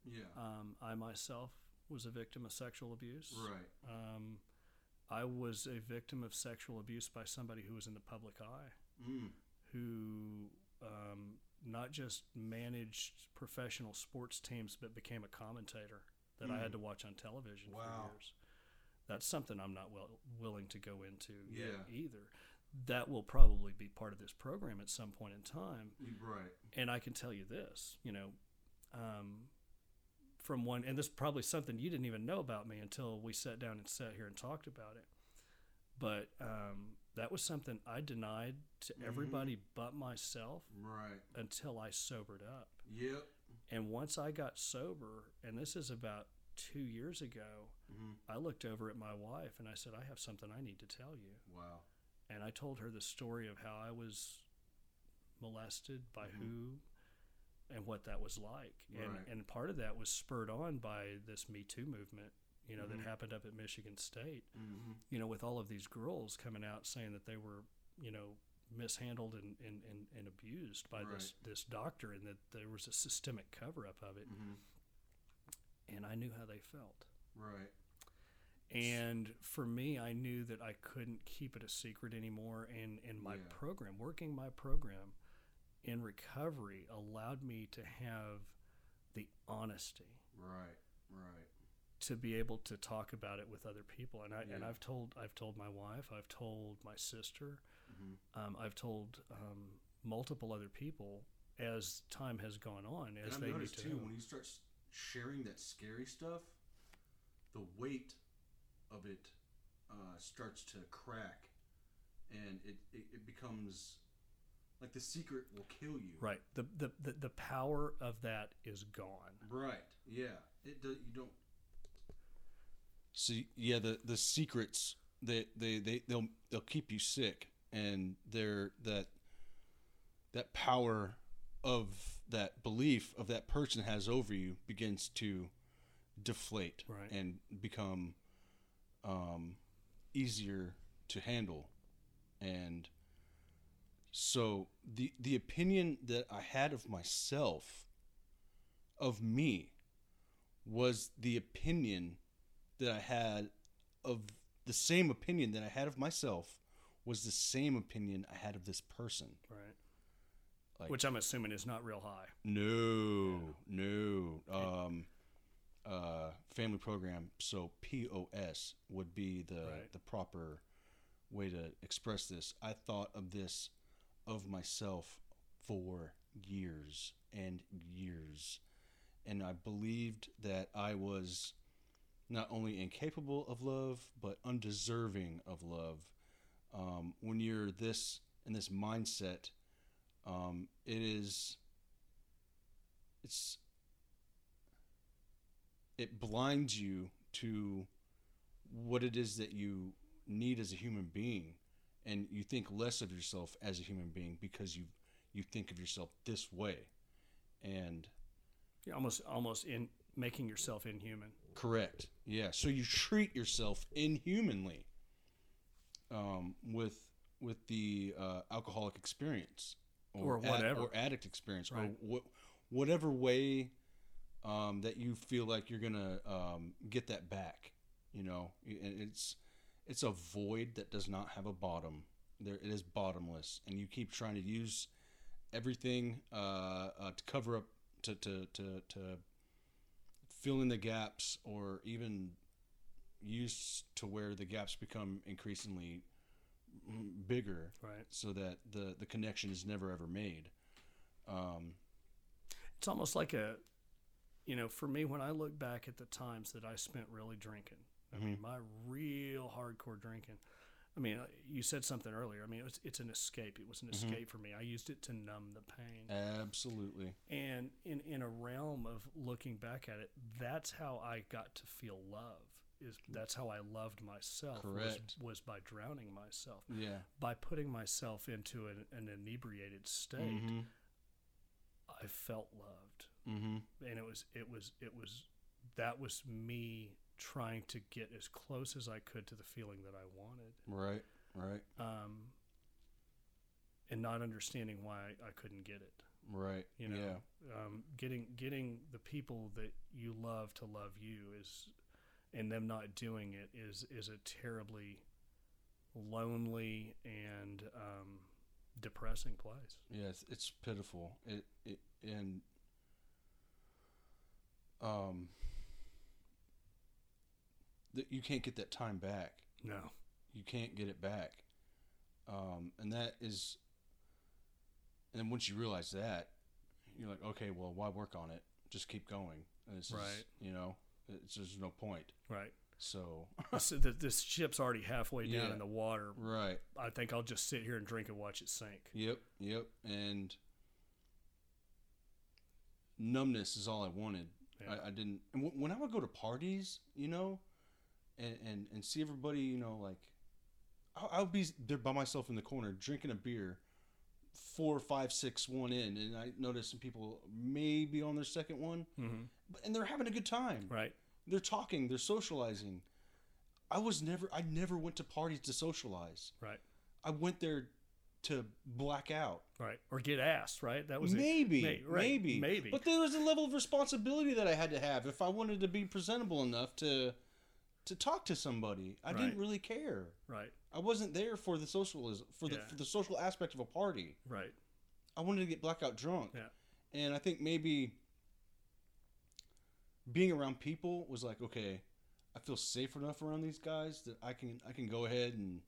Speaker 3: Yeah.
Speaker 1: Um, I myself was a victim of sexual abuse.
Speaker 3: right.
Speaker 1: Um, I was a victim of sexual abuse by somebody who was in the public eye,
Speaker 3: Mm.
Speaker 1: who um, not just managed professional sports teams, but became a commentator that I had
Speaker 3: Mm.
Speaker 1: to watch on television
Speaker 2: Wow.
Speaker 1: for years. That's something I'm not well, willing to go into yet
Speaker 3: Yeah.
Speaker 1: either. That will probably be part of this program at some point in time
Speaker 3: You- Right.
Speaker 1: and I can tell you this, you know, um, from one, and this is probably something you didn't even know about me until we sat down and sat here and talked about it. But um, that was something I denied to
Speaker 3: Mhm.
Speaker 1: everybody but myself
Speaker 3: Right.
Speaker 1: until I sobered up.
Speaker 3: Yep.
Speaker 1: And once I got sober, and this is about two years ago,
Speaker 3: Mm.
Speaker 1: I looked over at my wife and I said, I have something I need to tell you.
Speaker 3: Wow.
Speaker 1: and I told her the story of how I was molested by
Speaker 3: Mhm.
Speaker 1: who and what that was like. And
Speaker 3: Right.
Speaker 1: and part of that was spurred on by this Me Too movement, you know,
Speaker 3: Mhm.
Speaker 1: that happened up at Michigan State,
Speaker 3: hmm
Speaker 1: you know, with all of these girls coming out saying that they were, you know, mishandled and, and, and, and abused by this, this doctor and that there was a systemic cover up of it.
Speaker 3: hmm
Speaker 1: And I knew how they felt.
Speaker 3: Right.
Speaker 1: And for me, I knew that I couldn't keep it a secret anymore. And, and my
Speaker 3: Yeah.
Speaker 1: program, working my program in recovery, allowed me to have the honesty
Speaker 3: Right. Right.
Speaker 1: to be able to talk about it with other people. And I and
Speaker 3: Yeah.
Speaker 1: I've told I've told my wife, I've told my sister,
Speaker 3: hmm
Speaker 1: um, I've told um, multiple other people as time has gone on, as
Speaker 3: and
Speaker 1: they
Speaker 3: I've
Speaker 1: need
Speaker 3: noticed
Speaker 1: to
Speaker 3: too
Speaker 1: know.
Speaker 3: when you start s- sharing that scary stuff, the weight of it uh, starts to crack, and it, it it becomes like the secret will kill you.
Speaker 1: Right. The, the the the power of that is gone.
Speaker 3: Right. Yeah. It does. You don't.
Speaker 2: So yeah, the the secrets they they they they'll they'll keep you sick, and they're that that power of that belief of that person has over you begins to deflate
Speaker 1: Right.
Speaker 2: and become um, easier to handle, and so the the opinion that I had of myself of me was the opinion that I had of the same opinion that I had of myself was the same opinion I had of this person.
Speaker 1: Right.
Speaker 2: Like-
Speaker 1: Which I'm assuming is not real high.
Speaker 2: No, no. Um, uh, family program. So POS would be the
Speaker 1: Right.
Speaker 2: the proper way to express this. I thought of this of myself for years and years, and I believed that I was not only incapable of love but undeserving of love. Um, when you're this in this mindset, um, it is it's it blinds you to what it is that you need as a human being and you think less of yourself as a human being because you you think of yourself this way and
Speaker 1: You're almost almost in making yourself inhuman.
Speaker 2: correct yeah so you treat yourself inhumanly um, with with the uh, alcoholic experience
Speaker 1: Or
Speaker 2: ad-
Speaker 1: whatever.
Speaker 2: or addict experience or
Speaker 1: Right.
Speaker 2: what whatever way um, that you feel like you're gonna um, get that back you know Y- and it's it's a void that does not have a bottom there it is bottomless and you keep trying to use everything uh, uh, to cover up to, to, to, to fill in the gaps or even use to where the gaps become increasingly mm, bigger
Speaker 1: Right.
Speaker 2: so that the, the connection is never ever made. Um,
Speaker 1: It's almost like a, you know, for me when I look back at the times that I spent really drinking. I mean, my real hardcore drinking. I mean, you said something earlier. I mean, it's it's an escape. It was an escape for me. I used it to numb the
Speaker 2: Uh,
Speaker 1: pain.
Speaker 2: Absolutely.
Speaker 1: And in in a realm of looking back at it, that's how I got to feel love. Is that's how I loved myself.
Speaker 2: Correct.
Speaker 1: Was, was by drowning myself,
Speaker 2: Yeah.
Speaker 1: by putting myself into an, an inebriated state.
Speaker 2: Mm-hmm.
Speaker 1: I felt loved.
Speaker 2: Mm-hmm.
Speaker 1: and it was it was it was that was me trying to get as close as I could to the feeling that I wanted,
Speaker 2: Right. Right.
Speaker 1: um, and not understanding why I couldn't get it.
Speaker 2: Right.
Speaker 1: You know,
Speaker 2: Yeah.
Speaker 1: um, getting getting the people that you love to love you is, and them not doing it is is a terribly lonely and um, depressing place.
Speaker 2: Yeah, it's, it's pitiful. It, it and um that you can't get that time back.
Speaker 1: No,
Speaker 2: You can't get it back. Um and that is and then once you realize that, you're like, okay, well, why work on it? Just keep going. And it's
Speaker 1: Right.
Speaker 2: you know, it's there's no point.
Speaker 1: right?
Speaker 2: So,
Speaker 1: so the, this ship's already halfway down
Speaker 2: Yeah.
Speaker 1: in the water.
Speaker 2: right.
Speaker 1: I think I'll just sit here and drink and watch it sink.
Speaker 2: Yep, yep. And numbness is all I wanted.
Speaker 1: Yeah.
Speaker 2: I, I didn't. And w- when I would go to parties, you know, and, and, and see everybody, you know, like, I, I would be there by myself in the corner drinking a beer, four, five, six, one in. And I noticed some people maybe on their second one,
Speaker 1: Mm-hmm.
Speaker 2: but- and they're having a good time.
Speaker 1: Right.
Speaker 2: They're talking, they're socializing. I was never, I never went to parties to socialize.
Speaker 1: Right.
Speaker 2: I went there to black out.
Speaker 1: Right. Or get ass. Right. That was it.
Speaker 2: maybe,
Speaker 1: May- right,
Speaker 2: maybe,
Speaker 1: Maybe.
Speaker 2: But there was a level of responsibility that I had to have if I wanted to be presentable enough to to talk to somebody. I
Speaker 1: Right.
Speaker 2: didn't really care.
Speaker 1: right.
Speaker 2: I wasn't there for the socialism for the
Speaker 1: Yeah.
Speaker 2: for the social aspect of a party.
Speaker 1: Right.
Speaker 2: I wanted to get blackout drunk.
Speaker 1: Yeah.
Speaker 2: And I think maybe being around people was like, okay, I feel safe enough around these guys that I can I can go ahead and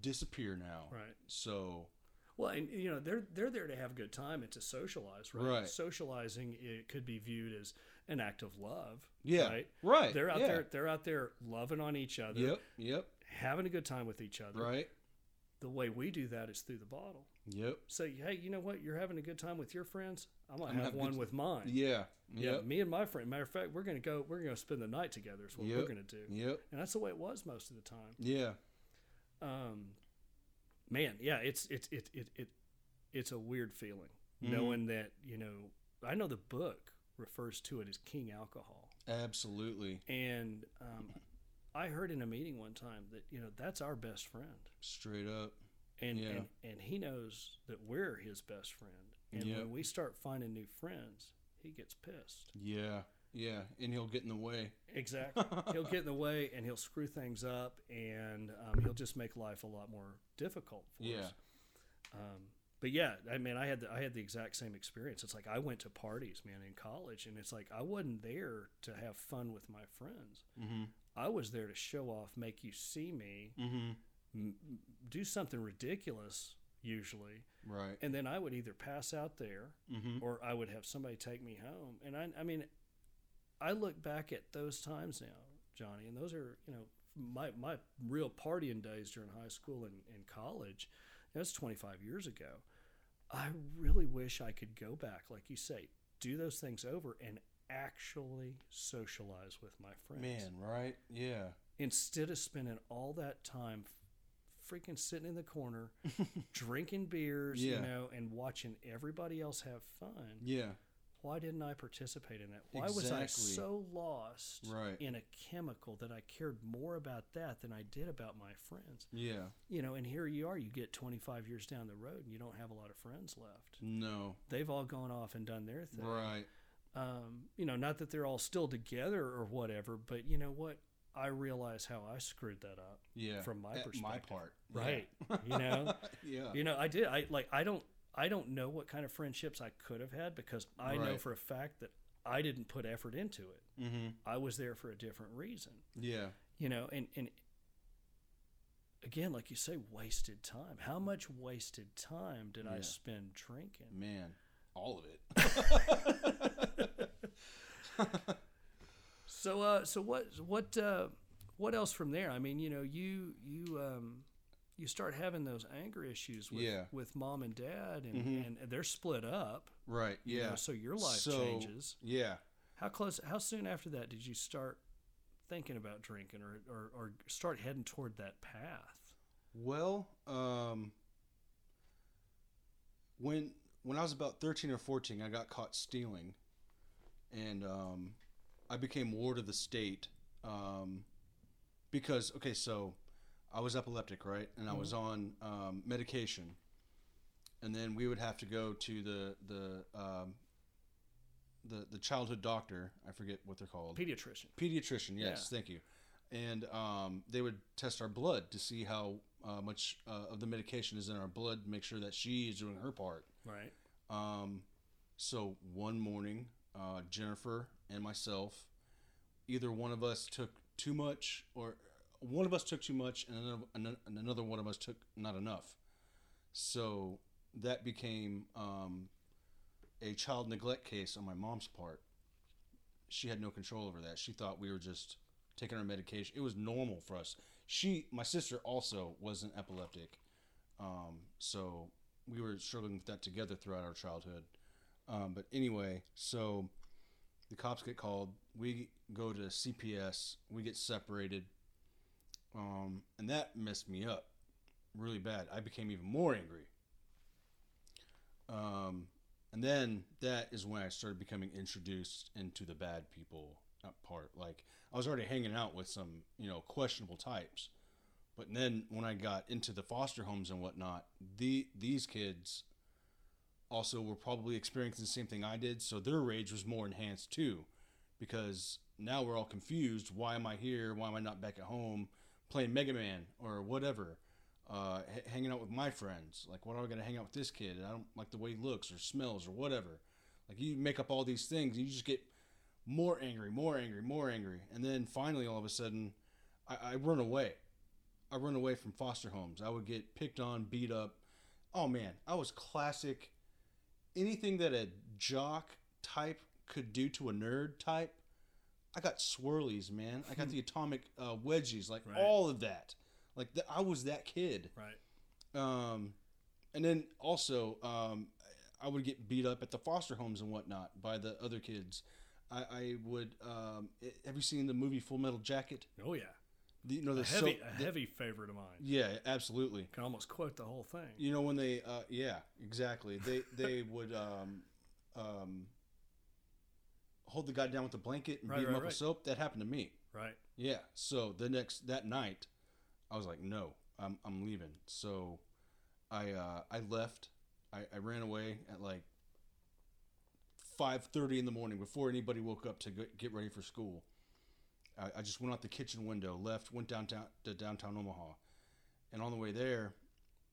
Speaker 2: disappear now.
Speaker 1: Right.
Speaker 2: So
Speaker 1: Well, and you know they're they're there to have a good time and to socialize. Right.
Speaker 2: Right.
Speaker 1: Socializing it could be viewed as an act of love.
Speaker 2: yeah,
Speaker 1: Right.
Speaker 2: right, right.
Speaker 1: They're out
Speaker 2: yeah.
Speaker 1: there. They're out there loving on each other.
Speaker 2: Yep, yep,
Speaker 1: Having a good time with each other.
Speaker 2: right.
Speaker 1: The way we do that is through the bottle.
Speaker 2: Yep.
Speaker 1: So hey, you know what? You're having a good time with your friends. I might
Speaker 2: I'm
Speaker 1: have
Speaker 2: having
Speaker 1: one
Speaker 2: good-
Speaker 1: with mine.
Speaker 2: Yeah.
Speaker 1: Yeah,
Speaker 2: Yep.
Speaker 1: me and my friend. Matter of fact, we're gonna go. We're gonna spend the night together. Is what we're
Speaker 2: Yep.
Speaker 1: gonna do.
Speaker 2: Yep.
Speaker 1: And that's the way it was most of the time.
Speaker 2: Yeah.
Speaker 1: Um, man, yeah, it's it's it it it it's a weird feeling
Speaker 2: Mm-hmm.
Speaker 1: knowing that you know. I know the book refers to it as King Alcohol,
Speaker 2: Absolutely.
Speaker 1: and um, I heard in a meeting one time that you know that's our best friend.
Speaker 2: Straight up.
Speaker 1: and
Speaker 2: Yeah.
Speaker 1: and, and he knows that we're his best friend. And
Speaker 2: Yep.
Speaker 1: when we start finding new friends, he gets pissed.
Speaker 2: Yeah. Yeah. And he'll get in the way.
Speaker 1: Exactly. he'll get in the way and he'll screw things up, and um, he'll just make life a lot more difficult for
Speaker 2: Yeah.
Speaker 1: us. Um, but yeah, I mean, I had the, I had the exact same experience. It's like I went to parties, man, in college, and it's like I wasn't there to have fun with my friends.
Speaker 2: Mm-hmm.
Speaker 1: I was there to show off, make you see me,
Speaker 2: Mm-hmm.
Speaker 1: m- do something ridiculous usually,
Speaker 2: Right.
Speaker 1: and then I would either pass out there
Speaker 2: Mm-hmm.
Speaker 1: or I would have somebody take me home. And I, I mean, I look back at those times now, Johnny, and those are, you know, my, my real partying days during high school and, and college. That's 25 years ago. I really wish I could go back, like you say, do those things over and actually socialize with my friends.
Speaker 2: Man. Right. Yeah.
Speaker 1: Instead of spending all that time freaking sitting in the corner, drinking beers, you
Speaker 2: Yeah.
Speaker 1: know, and watching everybody else have fun
Speaker 2: Yeah.
Speaker 1: why didn't I participate in that? Why was I
Speaker 2: Exactly.
Speaker 1: so lost
Speaker 2: Right.
Speaker 1: in a chemical that I cared more about that than I did about my friends?
Speaker 2: Yeah.
Speaker 1: You know, and here you are, you get 25 years down the road and you don't have a lot of friends left.
Speaker 2: No.
Speaker 1: They've all gone off and done their thing.
Speaker 2: Right.
Speaker 1: Um, you know, not that they're all still together or whatever, but you know what? I realize how I screwed that up.
Speaker 2: Yeah.
Speaker 1: From my
Speaker 2: At My
Speaker 1: perspective.
Speaker 2: part. Yeah.
Speaker 1: Right. You know?
Speaker 2: Yeah.
Speaker 1: You know, I did. I like. I don't. I don't know what kind of friendships I could have had because I know
Speaker 2: Right.
Speaker 1: for a fact that I didn't put effort into it.
Speaker 2: Mm-hmm.
Speaker 1: I was there for a different reason.
Speaker 2: Yeah.
Speaker 1: You know, and and again, like you say, wasted time. How much wasted time did I
Speaker 2: Yeah.
Speaker 1: spend drinking?
Speaker 2: Man. All of it.
Speaker 1: So, uh, so what, what, uh, what else from there? I mean, you know, you you um, you start having those anger issues with,
Speaker 2: Yeah.
Speaker 1: with mom and dad, and,
Speaker 2: Mhm.
Speaker 1: and they're split up.
Speaker 2: Right.
Speaker 1: you
Speaker 2: Yeah.
Speaker 1: know, so your life
Speaker 2: So-
Speaker 1: changes.
Speaker 2: Yeah.
Speaker 1: How close? How soon after that did you start thinking about drinking, or or, or start heading toward that path?
Speaker 2: Well, um, when when I was about thirteen or fourteen, I got caught stealing, and um, I became ward of the state um, because okay, so I was epileptic, right, and I was on um, medication, and then we would have to go to the the um, the the childhood doctor. I forget what they're called
Speaker 1: Pediatrician.
Speaker 2: pediatrician yes thank you and um, they would test our blood to see how uh, much uh, of the medication is in our blood make sure that she is doing her part
Speaker 1: Right.
Speaker 2: um, so one morning uh, jennifer and myself either one of us took too much or one of us took too much and another, ano- and another one of us took not enough so that became um, a child neglect case on my mom's part she had no control over that. She thought we were just taking our medication. It was normal for us. She, my sister, also was an epileptic, um, so we were struggling with that together throughout our childhood. Um, but anyway, so the cops get called. We go to CPS. We get separated, um, and that messed me up really bad. I became even more angry. Um, and then that is when I started becoming introduced into the bad people not part. Like I was already hanging out with some, you know, questionable types. But then when I got into the foster homes and whatnot, the these kids also were probably experiencing the same thing I did, so their rage was more enhanced too. Because now we're all confused. Why am I here? Why am I not back at home playing Mega Man or whatever? uh, h- hanging out with my friends. Like, what am I going to hang out with this kid? I don't like the way he looks or smells or whatever. Like, you make up all these things, and you just get more angry, more angry, more angry, and then finally, all of a sudden, I, I run away. I run away from foster homes. I would get picked on, beat up. Oh man, I was classic. Anything that a jock type could do to a nerd type, I got swirlies, man. I got the atomic uh, wedgies, like
Speaker 1: Right.
Speaker 2: all of that. Like th- I was that kid.
Speaker 1: Right.
Speaker 2: Um, and then also, um, I would get beat up at the foster homes and whatnot by the other kids. I, I would. Um, i- have you seen the movie Full Metal Jacket?
Speaker 1: Oh yeah.
Speaker 2: The- you know the
Speaker 1: A heavy,
Speaker 2: so-
Speaker 1: a
Speaker 2: the-
Speaker 1: heavy favorite of mine.
Speaker 2: yeah, absolutely.
Speaker 1: Can almost quote the whole thing.
Speaker 2: You know when they, uh, yeah, exactly. They they would um, um, hold the guy down with a blanket and
Speaker 1: Right,
Speaker 2: beat him
Speaker 1: right,
Speaker 2: up
Speaker 1: right.
Speaker 2: with soap. That happened to me.
Speaker 1: Right.
Speaker 2: Yeah. So the next that night, I was like, no, I'm I'm leaving. So I uh, I left. I, I ran away at like five thirty in the morning before anybody woke up to get, get ready for school. I, I just went out the kitchen window, left, went downtown to downtown Omaha, and on the way there,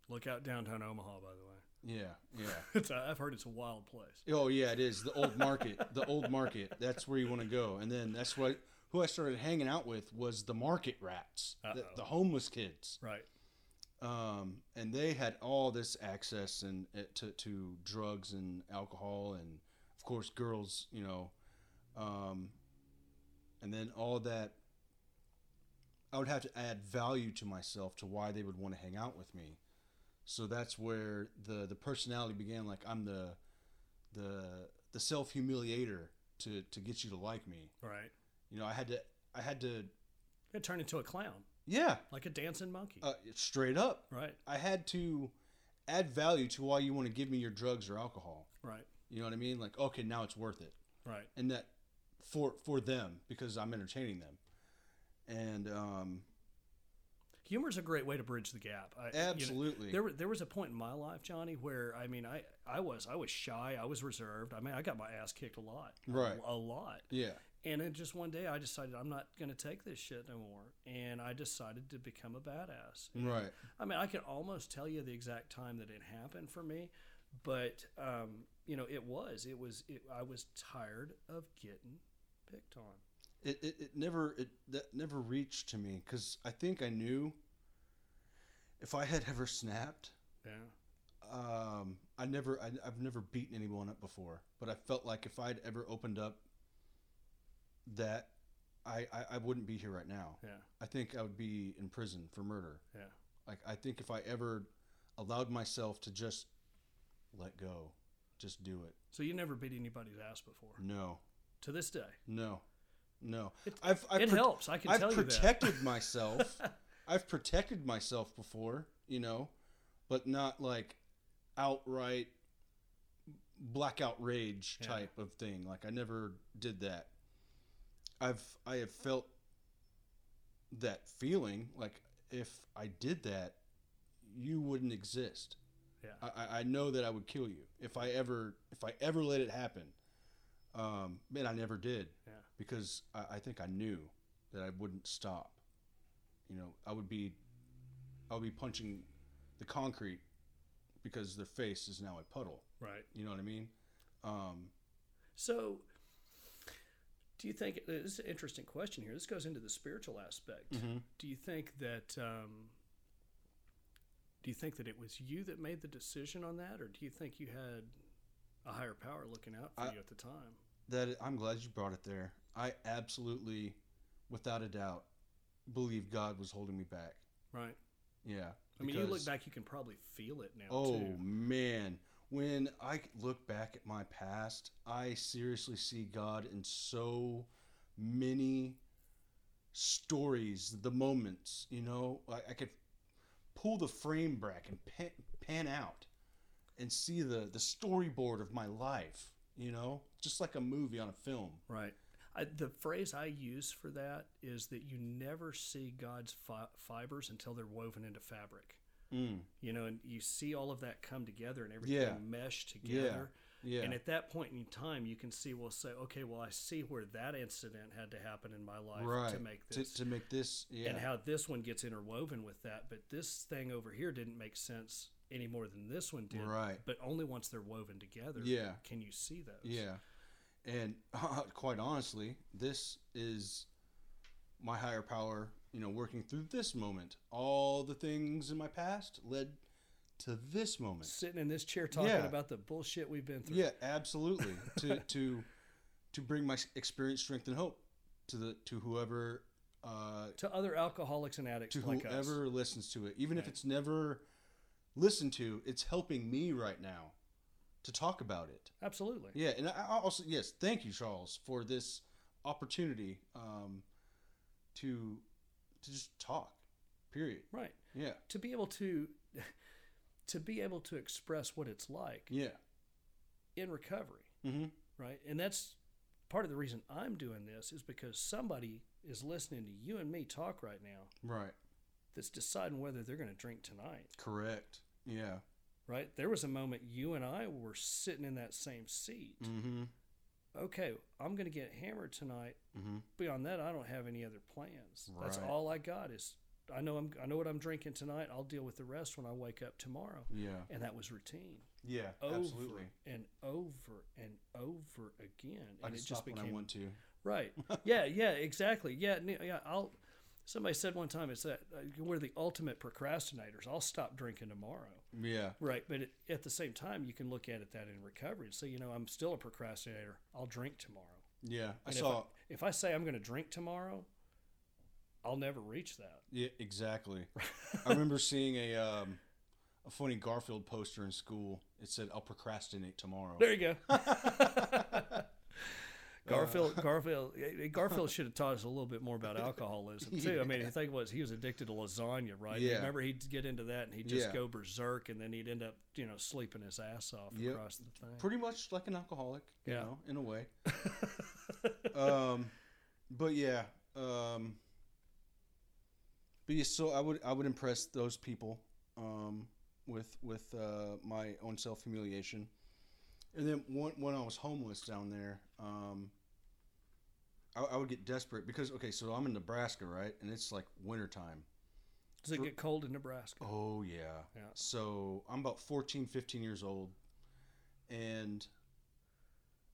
Speaker 1: Look out downtown Omaha, by the way.
Speaker 2: yeah, yeah.
Speaker 1: It's a, I've heard it's a wild place.
Speaker 2: Oh yeah, it is the old market. the old market. That's where you want to go. And then that's what who I started hanging out with was the market rats,
Speaker 1: Uh-oh.
Speaker 2: the, the homeless kids.
Speaker 1: Right.
Speaker 2: um, and they had all this access and uh, to, to drugs and alcohol and of course girls you know um, and then all that i would have to add value to myself to why they would want to hang out with me so that's where the the personality began like i'm the the the self-humiliator to to get you to like me
Speaker 1: Right.
Speaker 2: you know i had to i had to
Speaker 1: It turned into a clown,
Speaker 2: yeah
Speaker 1: like a dancing monkey.
Speaker 2: uh, straight up
Speaker 1: right.
Speaker 2: I had to add value to why you want to give me your drugs or alcohol.
Speaker 1: Right.
Speaker 2: You know what I mean? Like, okay, now it's worth it,
Speaker 1: Right.
Speaker 2: and that for for them because I'm entertaining them. And um,
Speaker 1: Humor's a great way to bridge the gap. I, you know,
Speaker 2: absolutely,
Speaker 1: there, were, there was a point in my life, Johnny, where I mean, I, I was I was shy, I was reserved. I mean, I got my ass kicked a lot,
Speaker 2: Right.
Speaker 1: a, lot.
Speaker 2: yeah,
Speaker 1: And then just one day, I decided I'm not going to take this shit no more, and I decided to become a badass.
Speaker 2: right,
Speaker 1: I mean, I can almost tell you the exact time that it happened for me, but um, you know, it was it was it, I was tired of getting picked on.
Speaker 2: it, it, it never it that never reached to me because I think I knew if I had ever snapped,
Speaker 1: Yeah.
Speaker 2: um, I never I, I've never beaten anyone up before, but I felt like if I'd ever opened up, that I I, I wouldn't be here right now.
Speaker 1: Yeah.
Speaker 2: I think I would be in prison for murder.
Speaker 1: Yeah.
Speaker 2: Like I think if I ever allowed myself to just let go, just do it.
Speaker 1: So you never beat anybody's ass before.
Speaker 2: No,
Speaker 1: To this day,
Speaker 2: no, no.
Speaker 1: It-
Speaker 2: I've, I've
Speaker 1: it
Speaker 2: pro-
Speaker 1: helps. I can
Speaker 2: I've
Speaker 1: tell you that.
Speaker 2: protected myself. I've protected myself before, you know, but not like outright blackout rage
Speaker 1: Yeah.
Speaker 2: type of thing. Like I never did that. I've I have felt that feeling like if I did that, you wouldn't exist.
Speaker 1: Yeah.
Speaker 2: I, I- I know that I would kill you if I ever if I ever let it happen. Um, man, I never did
Speaker 1: Yeah.
Speaker 2: because I, I think I knew that I wouldn't stop. You know, I would be I would be punching the concrete because their face is now a puddle.
Speaker 1: Right.
Speaker 2: You know what I mean? Um,
Speaker 1: So, do you think this is an interesting question here? This goes into the spiritual aspect. Do you think that um, do you think that it was you that made the decision on that, or do you think you had a higher power looking out for
Speaker 2: I-
Speaker 1: you at the time?
Speaker 2: That I'm glad you brought it there. I absolutely, without a doubt, believe God was holding me back.
Speaker 1: Right.
Speaker 2: Yeah.
Speaker 1: I mean, you look
Speaker 2: because-
Speaker 1: back, you can probably feel it now.
Speaker 2: Oh
Speaker 1: too.
Speaker 2: man, when I look back at my past, I seriously see God in so many stories, the moments. You know, I, I could pull the frame back and pan, pan out and see the the storyboard of my life. You know, just like a movie on a film.
Speaker 1: Right. I, the phrase I use for that is that you never see God's fi- fibers until they're woven into fabric.
Speaker 2: Mm,
Speaker 1: You know, and you see all of that come together and everything
Speaker 2: Yeah.
Speaker 1: mesh together.
Speaker 2: yeah.
Speaker 1: And at that point in time, you can see, well, say, okay, well, I see where that incident had to happen in my life
Speaker 2: right
Speaker 1: to make
Speaker 2: to,
Speaker 1: this.
Speaker 2: to make this yeah
Speaker 1: And how this one gets interwoven with that. But this thing over here didn't make sense any more than this one did.
Speaker 2: Right.
Speaker 1: But only once they're woven together
Speaker 2: Yeah.
Speaker 1: can you see those.
Speaker 2: Yeah. And uh, quite honestly, this is my higher power, you know, working through this moment. All the things in my past led to this moment.
Speaker 1: Sitting in this chair talking
Speaker 2: Yeah.
Speaker 1: about the bullshit we've been through.
Speaker 2: Yeah, absolutely. to to to bring my experience, strength, and hope to the to whoever uh,
Speaker 1: to other alcoholics and addicts
Speaker 2: to
Speaker 1: like us.
Speaker 2: whoever listens to it, even if
Speaker 1: Right.
Speaker 2: it's never listened to. It's helping me right now to talk about it.
Speaker 1: Absolutely.
Speaker 2: Yeah, and I I also yes, thank you, Charles, for this opportunity um, to to just talk. Period.
Speaker 1: Right.
Speaker 2: Yeah,
Speaker 1: To be able to to be able to express what it's like
Speaker 2: yeah,
Speaker 1: in recovery,
Speaker 2: mm-hmm.
Speaker 1: right? And that's part of the reason I'm doing this is because somebody is listening to you and me talk right now
Speaker 2: right,
Speaker 1: that's deciding whether they're going to drink tonight,
Speaker 2: correct. Yeah,
Speaker 1: right? There was a moment you and I were sitting in that same seat.
Speaker 2: mm-hmm,
Speaker 1: Okay, I'm going to get hammered tonight.
Speaker 2: mm-hmm,
Speaker 1: beyond that i don't have any other plans that's
Speaker 2: Right.
Speaker 1: all i got is i know i'm i know what i'm drinking tonight i'll deal with the rest when i wake up tomorrow
Speaker 2: yeah,
Speaker 1: and that was routine
Speaker 2: yeah,
Speaker 1: over
Speaker 2: absolutely.
Speaker 1: and over and over again and
Speaker 2: I can stop when I want to.
Speaker 1: right yeah yeah exactly yeah n- yeah i'll somebody said one time it's that uh, we're the ultimate procrastinators i'll stop drinking tomorrow
Speaker 2: Yeah,
Speaker 1: right but it, at the same time you can look at it that in recovery and say you know i'm still a procrastinator i'll drink tomorrow
Speaker 2: yeah. I
Speaker 1: and
Speaker 2: saw.
Speaker 1: If I, if I say I'm going to drink tomorrow, I'll never reach that.
Speaker 2: Yeah, exactly. I remember seeing a um, a funny Garfield poster in school. It said, "I'll procrastinate tomorrow."
Speaker 1: There you go. Garfield,
Speaker 2: Uh.
Speaker 1: Garfield, eh, eh, Garfield should have taught us a little bit more about alcoholism too. I mean, the thing was he was addicted to lasagna, right? You
Speaker 2: Yeah.
Speaker 1: Remember, he'd get into that and he'd just
Speaker 2: Yeah.
Speaker 1: go berserk, and then he'd end up, you know, sleeping his ass off
Speaker 2: Yep.
Speaker 1: across the thing.
Speaker 2: pretty much like an alcoholic, you
Speaker 1: Yeah.
Speaker 2: know, in a way. um, but yeah, um, but yeah, so I would I would impress those people um, with with uh, my own self humiliation, and then when, when I was homeless down there, um, I, I would get desperate because okay, so I'm in Nebraska, right, and it's like wintertime.
Speaker 1: Does it get cold in Nebraska?
Speaker 2: Oh yeah.
Speaker 1: Yeah.
Speaker 2: So I'm about 14, 15 years old, and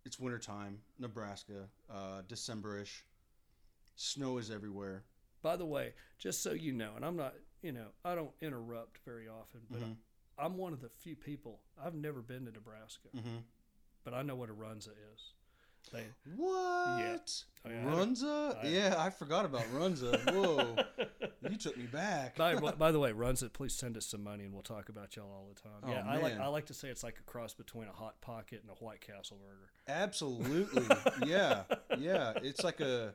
Speaker 2: it's wintertime, Nebraska, uh, Decemberish. Snow is everywhere.
Speaker 1: By the way, just so you know, and I'm not, you know, I don't interrupt very often, but uh,
Speaker 2: Mhm.
Speaker 1: I'm one of the few people I've never been to Nebraska.
Speaker 2: Mm-hmm.
Speaker 1: but I know what a runza is. They,
Speaker 2: What?
Speaker 1: Oh, I mean, I had a-
Speaker 2: Runza?
Speaker 1: I-
Speaker 2: yeah, I forgot about Runza. Whoa. You took me back.
Speaker 1: by, by the way, runs it. Please send us some money, and we'll talk about y'all all the time.
Speaker 2: Oh,
Speaker 1: yeah, I like
Speaker 2: man.
Speaker 1: I like to say it's like a cross between a hot pocket and a White Castle burger.
Speaker 2: Absolutely. yeah. Yeah. It's like a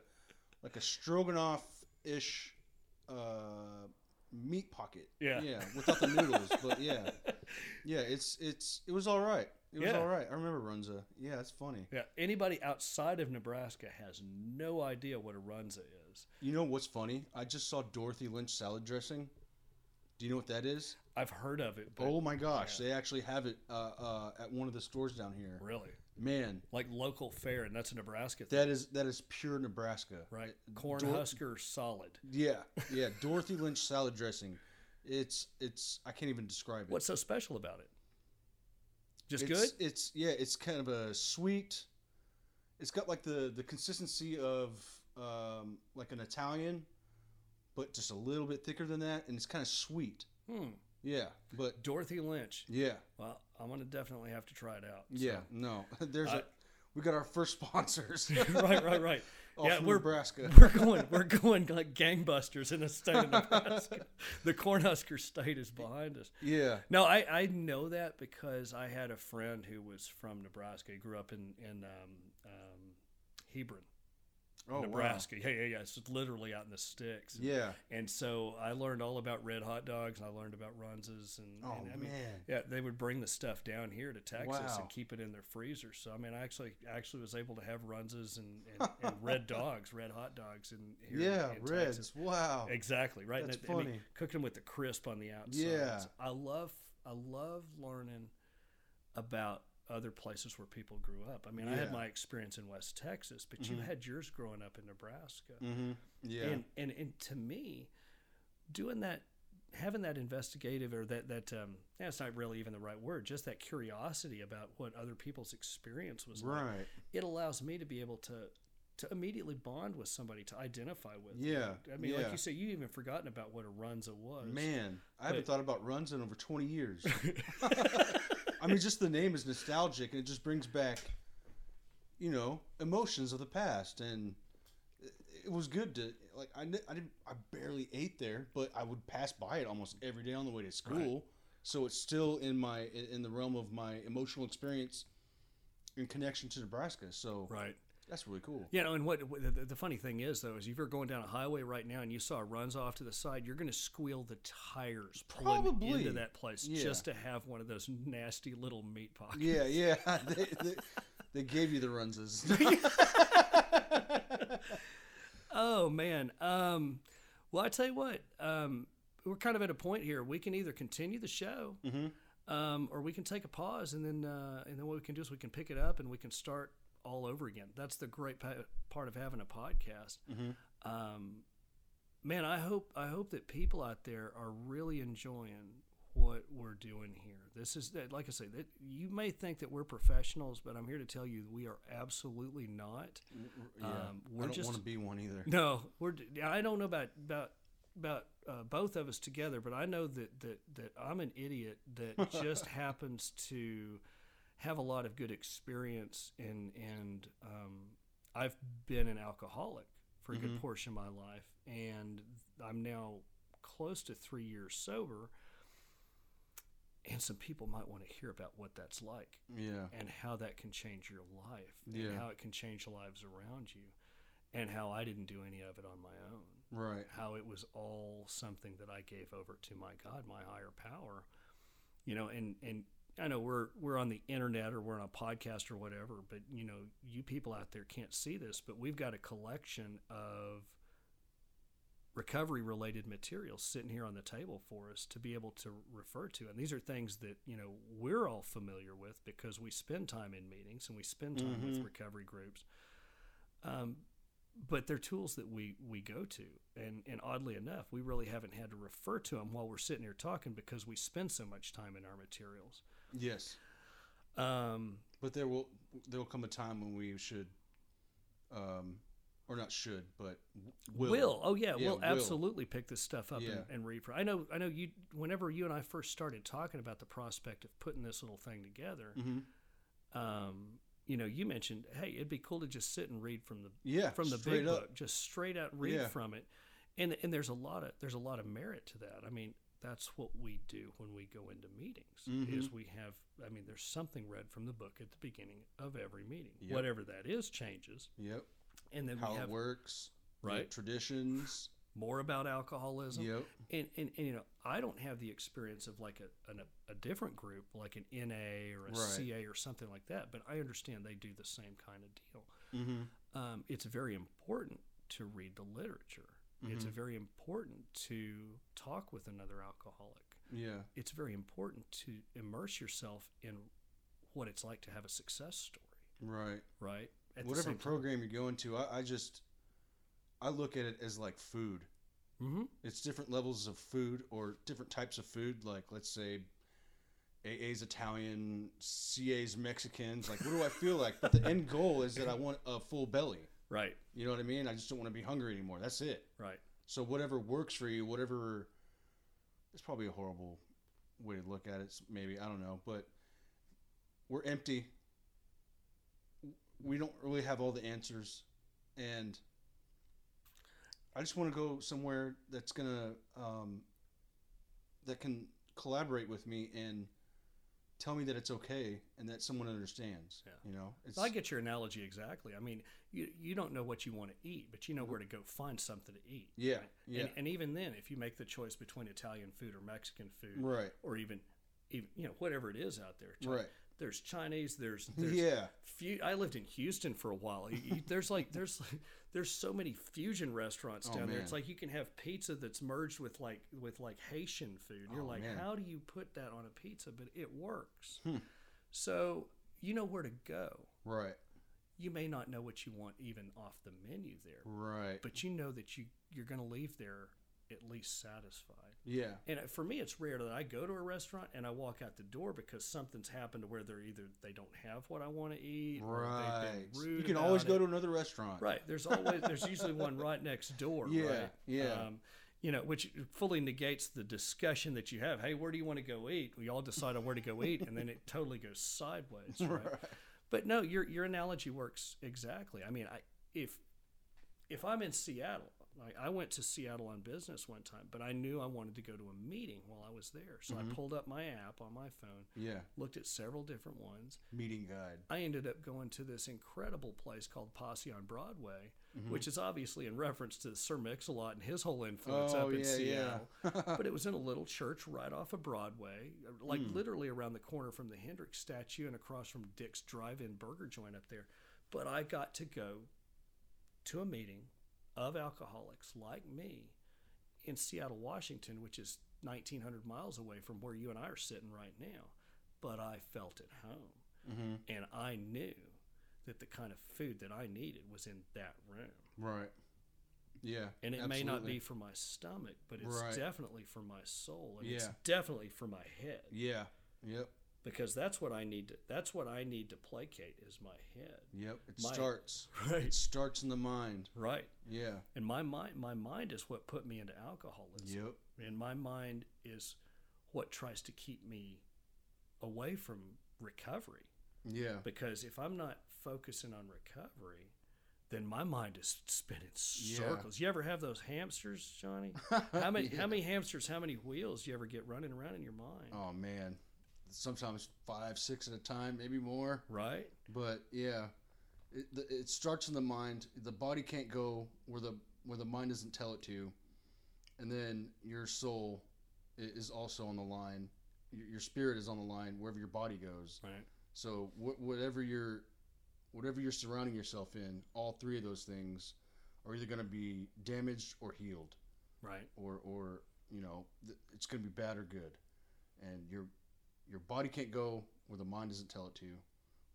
Speaker 2: like a stroganoff ish uh meat pocket.
Speaker 1: Yeah.
Speaker 2: Yeah. Without the noodles. but yeah. Yeah, it's it's it was all right. It was
Speaker 1: Yeah.
Speaker 2: all right. I remember Runza. Yeah, it's funny.
Speaker 1: Yeah, anybody outside of Nebraska has no idea what a runza is.
Speaker 2: You know what's funny? I just saw Dorothy Lynch salad dressing. Do you know what that is?
Speaker 1: I've heard of it, but
Speaker 2: Oh my gosh, they actually have it uh, uh, at one of the stores down here.
Speaker 1: really,
Speaker 2: Man,
Speaker 1: like local fare, and that's a Nebraska thing,
Speaker 2: that is that is pure Nebraska.
Speaker 1: right? Corn
Speaker 2: Dor-
Speaker 1: husker solid.
Speaker 2: Yeah, yeah. Dorothy Lynch salad dressing. It's it's I can't even describe it.
Speaker 1: What's so special about it? Just
Speaker 2: it's,
Speaker 1: good.
Speaker 2: It's yeah. It's kind of a sweet. It's got like the the consistency of um, like an Italian, but just a little bit thicker than that, and it's kind of sweet.
Speaker 1: Hmm.
Speaker 2: Yeah, but
Speaker 1: Dorothy Lynch.
Speaker 2: yeah,
Speaker 1: Well, I'm gonna definitely have to try it out. so.
Speaker 2: yeah. No, there's a
Speaker 1: I-
Speaker 2: we got our first sponsors.
Speaker 1: right, right, right.
Speaker 2: Off
Speaker 1: yeah,
Speaker 2: from
Speaker 1: we're
Speaker 2: Nebraska.
Speaker 1: we're going we're going like gangbusters in the state of Nebraska. the Cornhusker state is behind us.
Speaker 2: Yeah,
Speaker 1: No, I, I know that because I had a friend who was from Nebraska. He grew up in in um, um, Hebron,
Speaker 2: oh, wow.
Speaker 1: Nebraska. Yeah, yeah, yeah. It's just literally out in the sticks.
Speaker 2: Yeah.
Speaker 1: And so I learned all about red hot dogs, and I learned about runzas, and,
Speaker 2: Oh
Speaker 1: and I mean,
Speaker 2: man.
Speaker 1: yeah, they would bring the stuff down here to Texas
Speaker 2: Wow.
Speaker 1: and keep it in their freezer. So I mean, I actually actually was able to have runzas and, and, and red dogs, red hot dogs, in here.
Speaker 2: Yeah,
Speaker 1: in
Speaker 2: Reds.
Speaker 1: Texas.
Speaker 2: Wow.
Speaker 1: Exactly right.
Speaker 2: That's
Speaker 1: And I- I mean,
Speaker 2: funny.
Speaker 1: cooking them with the crisp on the outside.
Speaker 2: Yeah.
Speaker 1: I love I love learning about other places where people grew up. I mean, I
Speaker 2: Yeah.
Speaker 1: had my experience in West Texas, but you had yours growing up in Nebraska.
Speaker 2: Mm-hmm. Yeah.
Speaker 1: And, and and to me, doing that, having that investigative or that that um, that's not really even the right word. Just that curiosity about what other people's experience was like.
Speaker 2: right.
Speaker 1: It allows me to be able to to immediately bond with somebody, to identify with.
Speaker 2: Yeah.
Speaker 1: I mean,
Speaker 2: yeah.
Speaker 1: like you said, you even forgotten about what a runza was.
Speaker 2: Man, I haven't
Speaker 1: But-
Speaker 2: thought about runs in over 20 years. I mean, just the name is nostalgic and it just brings back, you know, emotions of the past. And it- it was good to, like, I, kn- I, didn't, I barely ate there, but I would pass by it almost every day on the way to school. So it's still in my, in in the realm of my emotional experience in connection to Nebraska. So
Speaker 1: right?
Speaker 2: that's really cool.
Speaker 1: You know, and what what- the, the funny thing is though is if you're going down a highway right now and you saw a runs off to the side, you're going to squeal the tires pulling
Speaker 2: Probably.
Speaker 1: into that place
Speaker 2: Yeah.
Speaker 1: just to have one of those nasty little meat pockets.
Speaker 2: Yeah, yeah. they, they, they gave you the runses.
Speaker 1: Oh man. Um, well, I tell you what. Um, we're kind of at a point here. We can either continue the show,
Speaker 2: Mm-hmm,
Speaker 1: um, or we can take a pause, and then uh, and then what we can do is we can pick it up and we can start all over again. That's the great pa- part of having a podcast.
Speaker 2: mm-hmm.
Speaker 1: Um, man, I hope I hope that people out there are really enjoying what we're doing here. This is that, like I say, that you may think that we're professionals, but I'm here to tell you we are absolutely not.
Speaker 2: Mm, Yeah.
Speaker 1: Um,
Speaker 2: I
Speaker 1: we're
Speaker 2: don't
Speaker 1: just
Speaker 2: want to be one either.
Speaker 1: no, we're. I don't know about about about uh, both of us together, but I know that that that I'm an idiot that just happens to have a lot of good experience and and um, I've been an alcoholic for a good portion of my life, and I'm now close to three years sober. And some people might want to hear about what that's like
Speaker 2: Yeah.
Speaker 1: and how that can change your life
Speaker 2: Yeah.
Speaker 1: and how it can change the lives around you and how I didn't do any of it on my own
Speaker 2: Right.
Speaker 1: how it was all something that I gave over to my god my higher power you know and and I know we're we're on the internet or we're on a podcast or whatever but you know you people out there can't see this but we've got a collection of recovery related materials sitting here on the table for us to be able to refer to and these are things that you know we're all familiar with because we spend time in meetings and we spend time with
Speaker 2: Mhm.
Speaker 1: recovery groups um, but they're tools that we we go to and and oddly enough we really haven't had to refer to them while we're sitting here talking because we spend so much time in our materials
Speaker 2: Yes.
Speaker 1: um,
Speaker 2: But there will there will come a time when we should, um, or not should, but
Speaker 1: will.
Speaker 2: will.
Speaker 1: oh yeah,
Speaker 2: Yeah,
Speaker 1: we'll
Speaker 2: will.
Speaker 1: absolutely pick this stuff up
Speaker 2: Yeah.
Speaker 1: and, and read for i know i know you whenever you and i first started talking about the prospect of putting this little thing together
Speaker 2: Mhm.
Speaker 1: um, you know you mentioned hey it'd be cool to just sit and read from the
Speaker 2: Yeah.
Speaker 1: from the
Speaker 2: straight
Speaker 1: big
Speaker 2: up.
Speaker 1: book just straight out read
Speaker 2: Yeah.
Speaker 1: from it and and there's a lot of there's a lot of merit to that. I mean, that's what we do when we go into meetings.
Speaker 2: Mm-hmm.
Speaker 1: Is we have I mean, there's something read from the book at the beginning of every meeting.
Speaker 2: Yep.
Speaker 1: Whatever that is changes,
Speaker 2: Yep.
Speaker 1: and then
Speaker 2: How
Speaker 1: we have
Speaker 2: it works. the
Speaker 1: Right.
Speaker 2: traditions.
Speaker 1: more about alcoholism.
Speaker 2: yep.
Speaker 1: And, and, and you know I don't have the experience of like a an, a different group like an NA or a
Speaker 2: Right.
Speaker 1: CA or something like that, but I understand they do the same kind of deal.
Speaker 2: Mm-hmm.
Speaker 1: um, it's very important to read the literature. It's
Speaker 2: Mm-hmm.
Speaker 1: very important to talk with another alcoholic.
Speaker 2: Yeah.
Speaker 1: It's very important to immerse yourself in what it's like to have a success story,
Speaker 2: Right.
Speaker 1: right? At the
Speaker 2: Whatever
Speaker 1: same time.
Speaker 2: program you go into, I, I just I look at it as like food.
Speaker 1: Mhm.
Speaker 2: It's different levels of food or different types of food. Like let's say AA's Italian, CA's Mexicans. Like what do I feel like? But the end goal is that I want a full belly.
Speaker 1: Right,
Speaker 2: You know what I mean? I just don't want to be hungry anymore. That's it.
Speaker 1: right.
Speaker 2: So whatever works for you, whatever it's probably a horrible way to look at it, s- maybe, I don't know, but we're empty. We don't really have all the answers and I just want to go somewhere that's going to um that can collaborate with me and tell me that it's okay and that someone understands,
Speaker 1: Yeah.
Speaker 2: you know? It's
Speaker 1: I get your analogy exactly. I mean, you you don't know what you want to eat, but you know where to go find something to eat.
Speaker 2: Yeah,
Speaker 1: right?
Speaker 2: yeah.
Speaker 1: And, and even then, if you make the choice between Italian food or Mexican food,
Speaker 2: right.
Speaker 1: or even, even you know whatever it is out there, Chi-
Speaker 2: Right.
Speaker 1: There's Chinese. There's, there's
Speaker 2: yeah.
Speaker 1: Fu- I lived in Houston for a while. You- you- there's like there's like, there's so many fusion restaurants
Speaker 2: Oh,
Speaker 1: down there. It's
Speaker 2: man.
Speaker 1: like you can have pizza that's merged with like with like Haitian food. You're
Speaker 2: Oh,
Speaker 1: like,
Speaker 2: man. Hmm.
Speaker 1: how do you put that on a pizza? But it works. So you know where to go.
Speaker 2: Right.
Speaker 1: You may not know what you want even off the menu there,
Speaker 2: Right.
Speaker 1: but you know that you you're going to leave there at least satisfied.
Speaker 2: yeah.
Speaker 1: And uh, for me, it's rare that I go to a restaurant and I walk out the door because something's happened to where they're either they don't have what I want to eat, or
Speaker 2: Right.
Speaker 1: they've been rude
Speaker 2: You can always
Speaker 1: about
Speaker 2: go
Speaker 1: it.
Speaker 2: to another restaurant.
Speaker 1: right. There's always there's usually one right next door.
Speaker 2: Yeah,
Speaker 1: right?
Speaker 2: yeah.
Speaker 1: Um, you know, which fully negates the discussion that you have. Hey, where do you want to go eat? We all decide on where to go eat, and then it totally goes sideways. Right. But no, your your analogy works exactly. I mean, I if if I'm in Seattle, like I went to Seattle on business one time, but I knew I wanted to go to a meeting while I was there, so
Speaker 2: Mm-hmm.
Speaker 1: I pulled up my app on my phone,
Speaker 2: Yeah.
Speaker 1: looked at several different ones,
Speaker 2: Meeting guide.
Speaker 1: I ended up going to this incredible place called Posse on Broadway,
Speaker 2: Mm-hmm.
Speaker 1: which is obviously in reference to Sir Mix-a-Lot and his whole influence
Speaker 2: Oh,
Speaker 1: up in
Speaker 2: yeah, yeah.
Speaker 1: Seattle. but it was in a little church right off of Broadway, uh, like literally around the corner from the Hendrix statue and across from Dick's Drive-In Burger Joint up there. But I got to go to a meeting of alcoholics like me in Seattle, Washington, which is 1900 miles away from where you and I are sitting right now. But I felt at home
Speaker 2: Mm-hmm.
Speaker 1: and I knew that the kind of food that I needed was in that room.
Speaker 2: Right. Yeah.
Speaker 1: And it may not be
Speaker 2: absolutely.
Speaker 1: for my stomach, but it's
Speaker 2: Right.
Speaker 1: definitely for my soul, and it's
Speaker 2: Yeah.
Speaker 1: definitely for my head
Speaker 2: Yeah. Yep.
Speaker 1: because that's what I need to. That's what I need to placate is my head.
Speaker 2: Yep. It
Speaker 1: My-
Speaker 2: starts. It
Speaker 1: Right.
Speaker 2: starts in the mind.
Speaker 1: Right.
Speaker 2: Yeah.
Speaker 1: And my mind, my mind is what put me into alcoholism,
Speaker 2: Yep.
Speaker 1: and my mind is what tries to keep me away from recovery.
Speaker 2: Yeah.
Speaker 1: because if I'm not focusing on recovery, then my mind is spinning
Speaker 2: Yeah.
Speaker 1: circles. You ever have those hamsters, Johnny? How many how many hamsters, how many wheels you ever get running around in your mind?
Speaker 2: Oh man. Sometimes five, six at a time, maybe more.
Speaker 1: Right?
Speaker 2: But yeah, it, the, it starts in the mind. The body can't go where the where the mind doesn't tell it to, and then your soul i- is also on the line. Your, your spirit is on the line wherever your body goes.
Speaker 1: Right.
Speaker 2: So wh- whatever you're, whatever you're surrounding yourself in, all three of those things are either going to be damaged or healed,
Speaker 1: Right.
Speaker 2: or or you know th- it's going to be bad or good, and your your body can't go where the mind doesn't tell it to,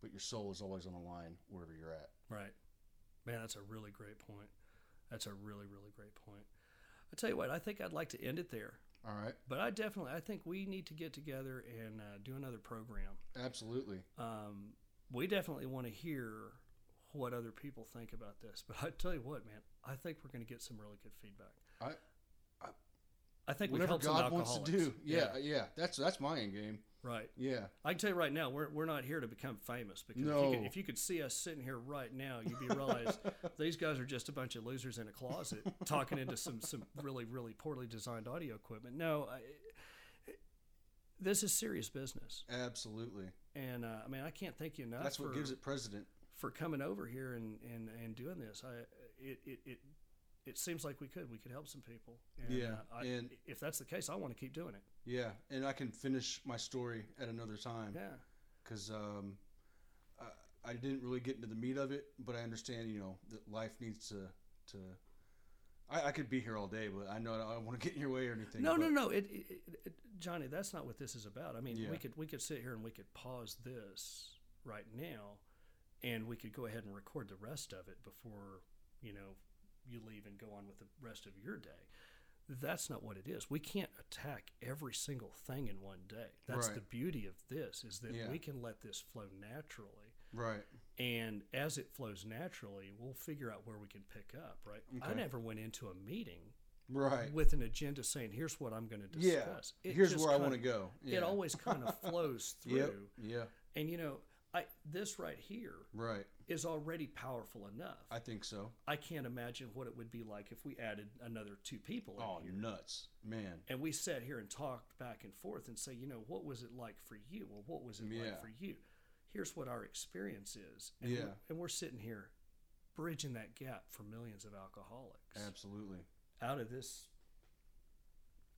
Speaker 2: but your soul is always on the line wherever you're at.
Speaker 1: Right. Man, that's a really great point. That's a really, really great point. I tell you what, I think I'd like to end it there.
Speaker 2: All right,
Speaker 1: But I definitely, I think we need to get together and uh, do another program.
Speaker 2: absolutely.
Speaker 1: um, we definitely want to hear what other people think about this. But I tell you what, man, I think we're going to get some really good feedback.
Speaker 2: I, I
Speaker 1: I think we've
Speaker 2: Whatever
Speaker 1: helped some
Speaker 2: God wants to
Speaker 1: alcoholics.
Speaker 2: do. Yeah, yeah, That's that's my end game.
Speaker 1: Right.
Speaker 2: Yeah.
Speaker 1: I can tell you right now, we're, we're not here to become famous because if, you
Speaker 2: No.
Speaker 1: could, if you could see us sitting here right now, you'd be realize these guys are just a bunch of losers in a closet talking into some some really really poorly designed audio equipment. No, I, this is serious business,
Speaker 2: Absolutely.
Speaker 1: and uh, I mean I can't thank you enough.
Speaker 2: That's
Speaker 1: for,
Speaker 2: what gives it president.
Speaker 1: for coming over here and and and doing this. I it it. it it seems like we could. We could help some people. And,
Speaker 2: Yeah,
Speaker 1: uh, I,
Speaker 2: and-
Speaker 1: if that's the case, I want to keep doing it.
Speaker 2: Yeah, and I can finish my story at another time
Speaker 1: Yeah.
Speaker 2: because um, I, I didn't really get into the meat of it, but I understand you know that life needs to to. I, I could be here all day, but I know I don't want to get in your way or anything.
Speaker 1: No,
Speaker 2: but
Speaker 1: no, no. It, it, it- it, Johnny, that's not what this is about. I mean,
Speaker 2: Yeah.
Speaker 1: we could we could sit here and we could pause this right now, and we could go ahead and record the rest of it before you know you leave and go on with the rest of your day. That's not what it is. We can't attack every single thing in one day. That's
Speaker 2: Right.
Speaker 1: the beauty of this is that
Speaker 2: Yeah.
Speaker 1: we can let this flow naturally.
Speaker 2: Right.
Speaker 1: And as it flows naturally, we'll figure out where we can pick up, right? I
Speaker 2: Okay.
Speaker 1: never went into a meeting
Speaker 2: Right.
Speaker 1: with an agenda saying, "Here's what I'm going to
Speaker 2: Yeah.
Speaker 1: discuss." It
Speaker 2: Here's
Speaker 1: just
Speaker 2: where I
Speaker 1: kinda-
Speaker 2: want to go. Yeah.
Speaker 1: It always kind of flows through,
Speaker 2: Yep. Yeah.
Speaker 1: and you know, I this right here
Speaker 2: Right.
Speaker 1: is already powerful enough.
Speaker 2: I think so.
Speaker 1: I can't imagine what it would be like if we added another two people in
Speaker 2: Oh,
Speaker 1: here.
Speaker 2: nuts, man.
Speaker 1: And we sat here and talked back and forth and say, you know, what was it like for you? Well, what was it
Speaker 2: Yeah.
Speaker 1: like for you? Here's what our experience is. And
Speaker 2: Yeah.
Speaker 1: We're, and we're sitting here bridging that gap for millions of alcoholics
Speaker 2: Absolutely.
Speaker 1: out of this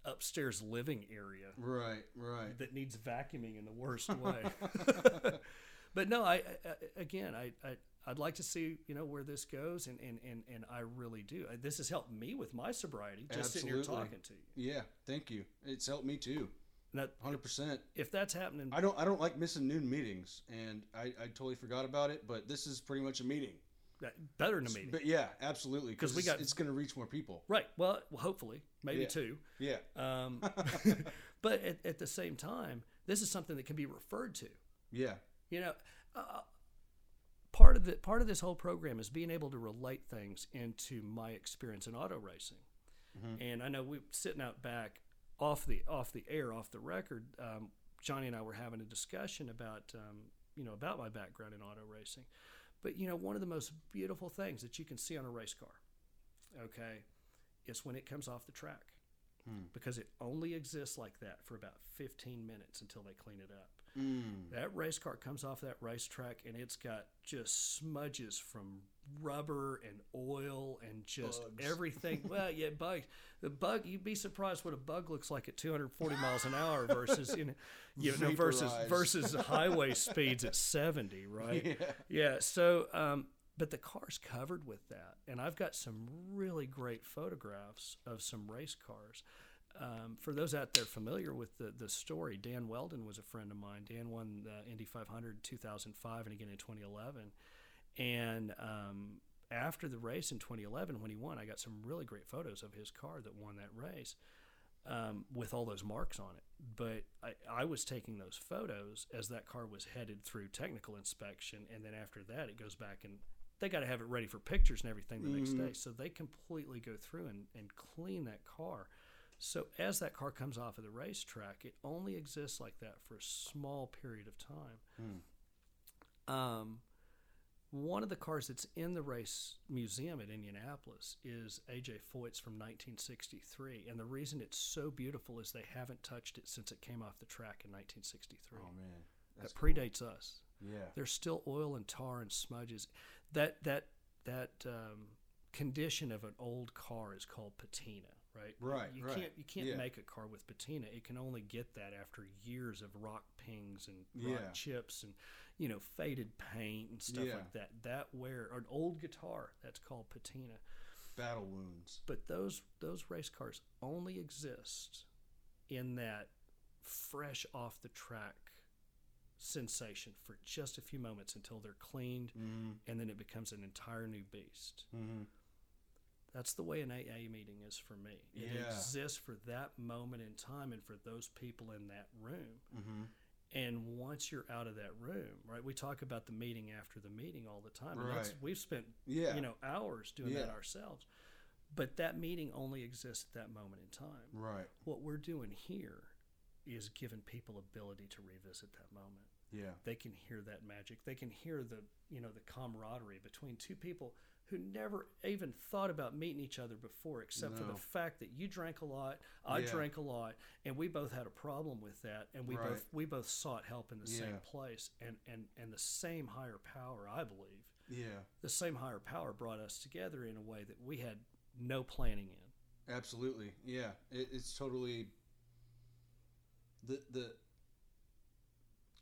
Speaker 1: upstairs living area
Speaker 2: Right. Right.
Speaker 1: that needs vacuuming in the worst way. but no, I, I again, I, I I'd like to see you know where this goes, and and and, and I really do. Uh, This has helped me with my sobriety just sitting here
Speaker 2: Absolutely.
Speaker 1: talking to you.
Speaker 2: Yeah. Thank you. It's helped me too.
Speaker 1: And that
Speaker 2: Hundred percent.
Speaker 1: if that's happening,
Speaker 2: I don't I don't like missing noon meetings, and I, I totally forgot about it. But this is pretty much a meeting.
Speaker 1: that- better than a meeting,
Speaker 2: But yeah, absolutely,
Speaker 1: 'Cause we
Speaker 2: it's-
Speaker 1: got-
Speaker 2: it's going to reach more people.
Speaker 1: right? Well, hopefully, maybe
Speaker 2: Yeah.
Speaker 1: two.
Speaker 2: Yeah,
Speaker 1: Um, but at, at the same time, this is something that can be referred to.
Speaker 2: yeah,
Speaker 1: You know, uh, part of the part of this whole program is being able to relate things into my experience in auto racing. And I know we sitting out back off the off the air, off the record. Um, Johnny and I were having a discussion about um, you know about my background in auto racing, but you know one of the most beautiful things that you can see on a race car, okay, is when it comes off the track, because it only exists like that for about 15 minutes until they clean it up.
Speaker 2: Mm.
Speaker 1: That race car comes off that racetrack and it's got just smudges from rubber and oil and just everything. Well, yeah, bugs. The bug, you'd be surprised what a bug looks like at 240 miles an hour versus you know, you know versus
Speaker 2: Vaporized.
Speaker 1: versus highway speeds at 70, right? Yeah. so, um, but the car's covered with that, and I've got some really great photographs of some race cars. Um, for those out there familiar with the, the story, Dan Weldon was a friend of mine. Dan won the Indy 500 in 2005 and again in 2011. And um, after the race in 2011, when he won, I got some really great photos of his car that won that race um, with all those marks on it. But I, I was taking those photos as that car was headed through technical inspection. And then after that, it goes back and they got to have it ready for pictures and everything the next day. So they completely go through and, and clean that car. So as that car comes off of the racetrack, it only exists like that for a small period of time. Um, one of the cars that's in the race museum at Indianapolis is AJ Foyt's from 1963, and the reason it's so beautiful is they haven't touched it since it came off the track in 1963.
Speaker 2: Oh man,
Speaker 1: that
Speaker 2: that's
Speaker 1: predates us.
Speaker 2: yeah,
Speaker 1: There's still oil and tar and smudges. That that that um, condition of an old car is called patina, right?
Speaker 2: Right,
Speaker 1: You
Speaker 2: right.
Speaker 1: can't you can't
Speaker 2: Yeah.
Speaker 1: make a car with patina. It can only get that after years of rock pings and rock
Speaker 2: Yeah.
Speaker 1: chips and you know faded paint and stuff
Speaker 2: Yeah.
Speaker 1: like that. That wear or an old guitar that's called patina.
Speaker 2: battle wounds.
Speaker 1: But those those race cars only exist in that fresh off the track sensation for just a few moments until they're cleaned
Speaker 2: Mm,
Speaker 1: and then it becomes an entire new beast.
Speaker 2: mm-hmm.
Speaker 1: That's the way an AA meeting is for me. It
Speaker 2: Yeah.
Speaker 1: exists for that moment in time and for those people in that room.
Speaker 2: Mm-hmm.
Speaker 1: And once you're out of that room, right? We talk about the meeting after the meeting all the time. And that's,
Speaker 2: Right.
Speaker 1: we've spent
Speaker 2: Yeah,
Speaker 1: you know hours doing that
Speaker 2: Yeah.
Speaker 1: ourselves But that meeting only exists at that moment in time.
Speaker 2: Right.
Speaker 1: What we're doing here is giving people ability to revisit that moment.
Speaker 2: Yeah.
Speaker 1: They can hear that magic. They can hear the, you know, the camaraderie between two people who never even thought about meeting each other before except for
Speaker 2: No.
Speaker 1: the fact that you drank a lot, I
Speaker 2: Yeah.
Speaker 1: drank a lot, and we both had a problem with that and we
Speaker 2: Right.
Speaker 1: both we both sought help in the same
Speaker 2: Yeah.
Speaker 1: place and and and the same higher power, I believe.
Speaker 2: Yeah.
Speaker 1: The same higher power brought us together in a way that we had no planning in.
Speaker 2: Absolutely. Yeah. It, it's totally the the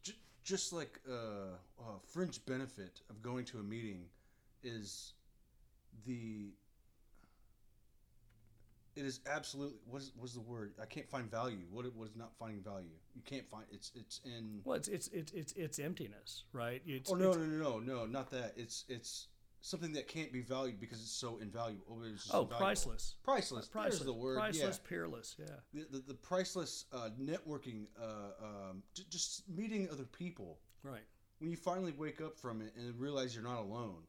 Speaker 2: j- just like uh, a fringe benefit of going to a meeting is the it is absolutely what is what's the word I can't find value what it was not finding value you can't find it's it's in
Speaker 1: Well, it's it's it's it's, it's emptiness, right? It's,
Speaker 2: oh no
Speaker 1: it's-
Speaker 2: no no no no not that it's it's something that can't be valued because it's so invaluable oh, it's just
Speaker 1: oh,
Speaker 2: invaluable.
Speaker 1: priceless.
Speaker 2: priceless priceless
Speaker 1: Priceless,
Speaker 2: there's the word yeah.
Speaker 1: priceless, peerless. Yeah,
Speaker 2: the, the, the priceless uh, networking, uh, um, j- just meeting other people.
Speaker 1: right.
Speaker 2: When you finally wake up from it and realize you're not alone,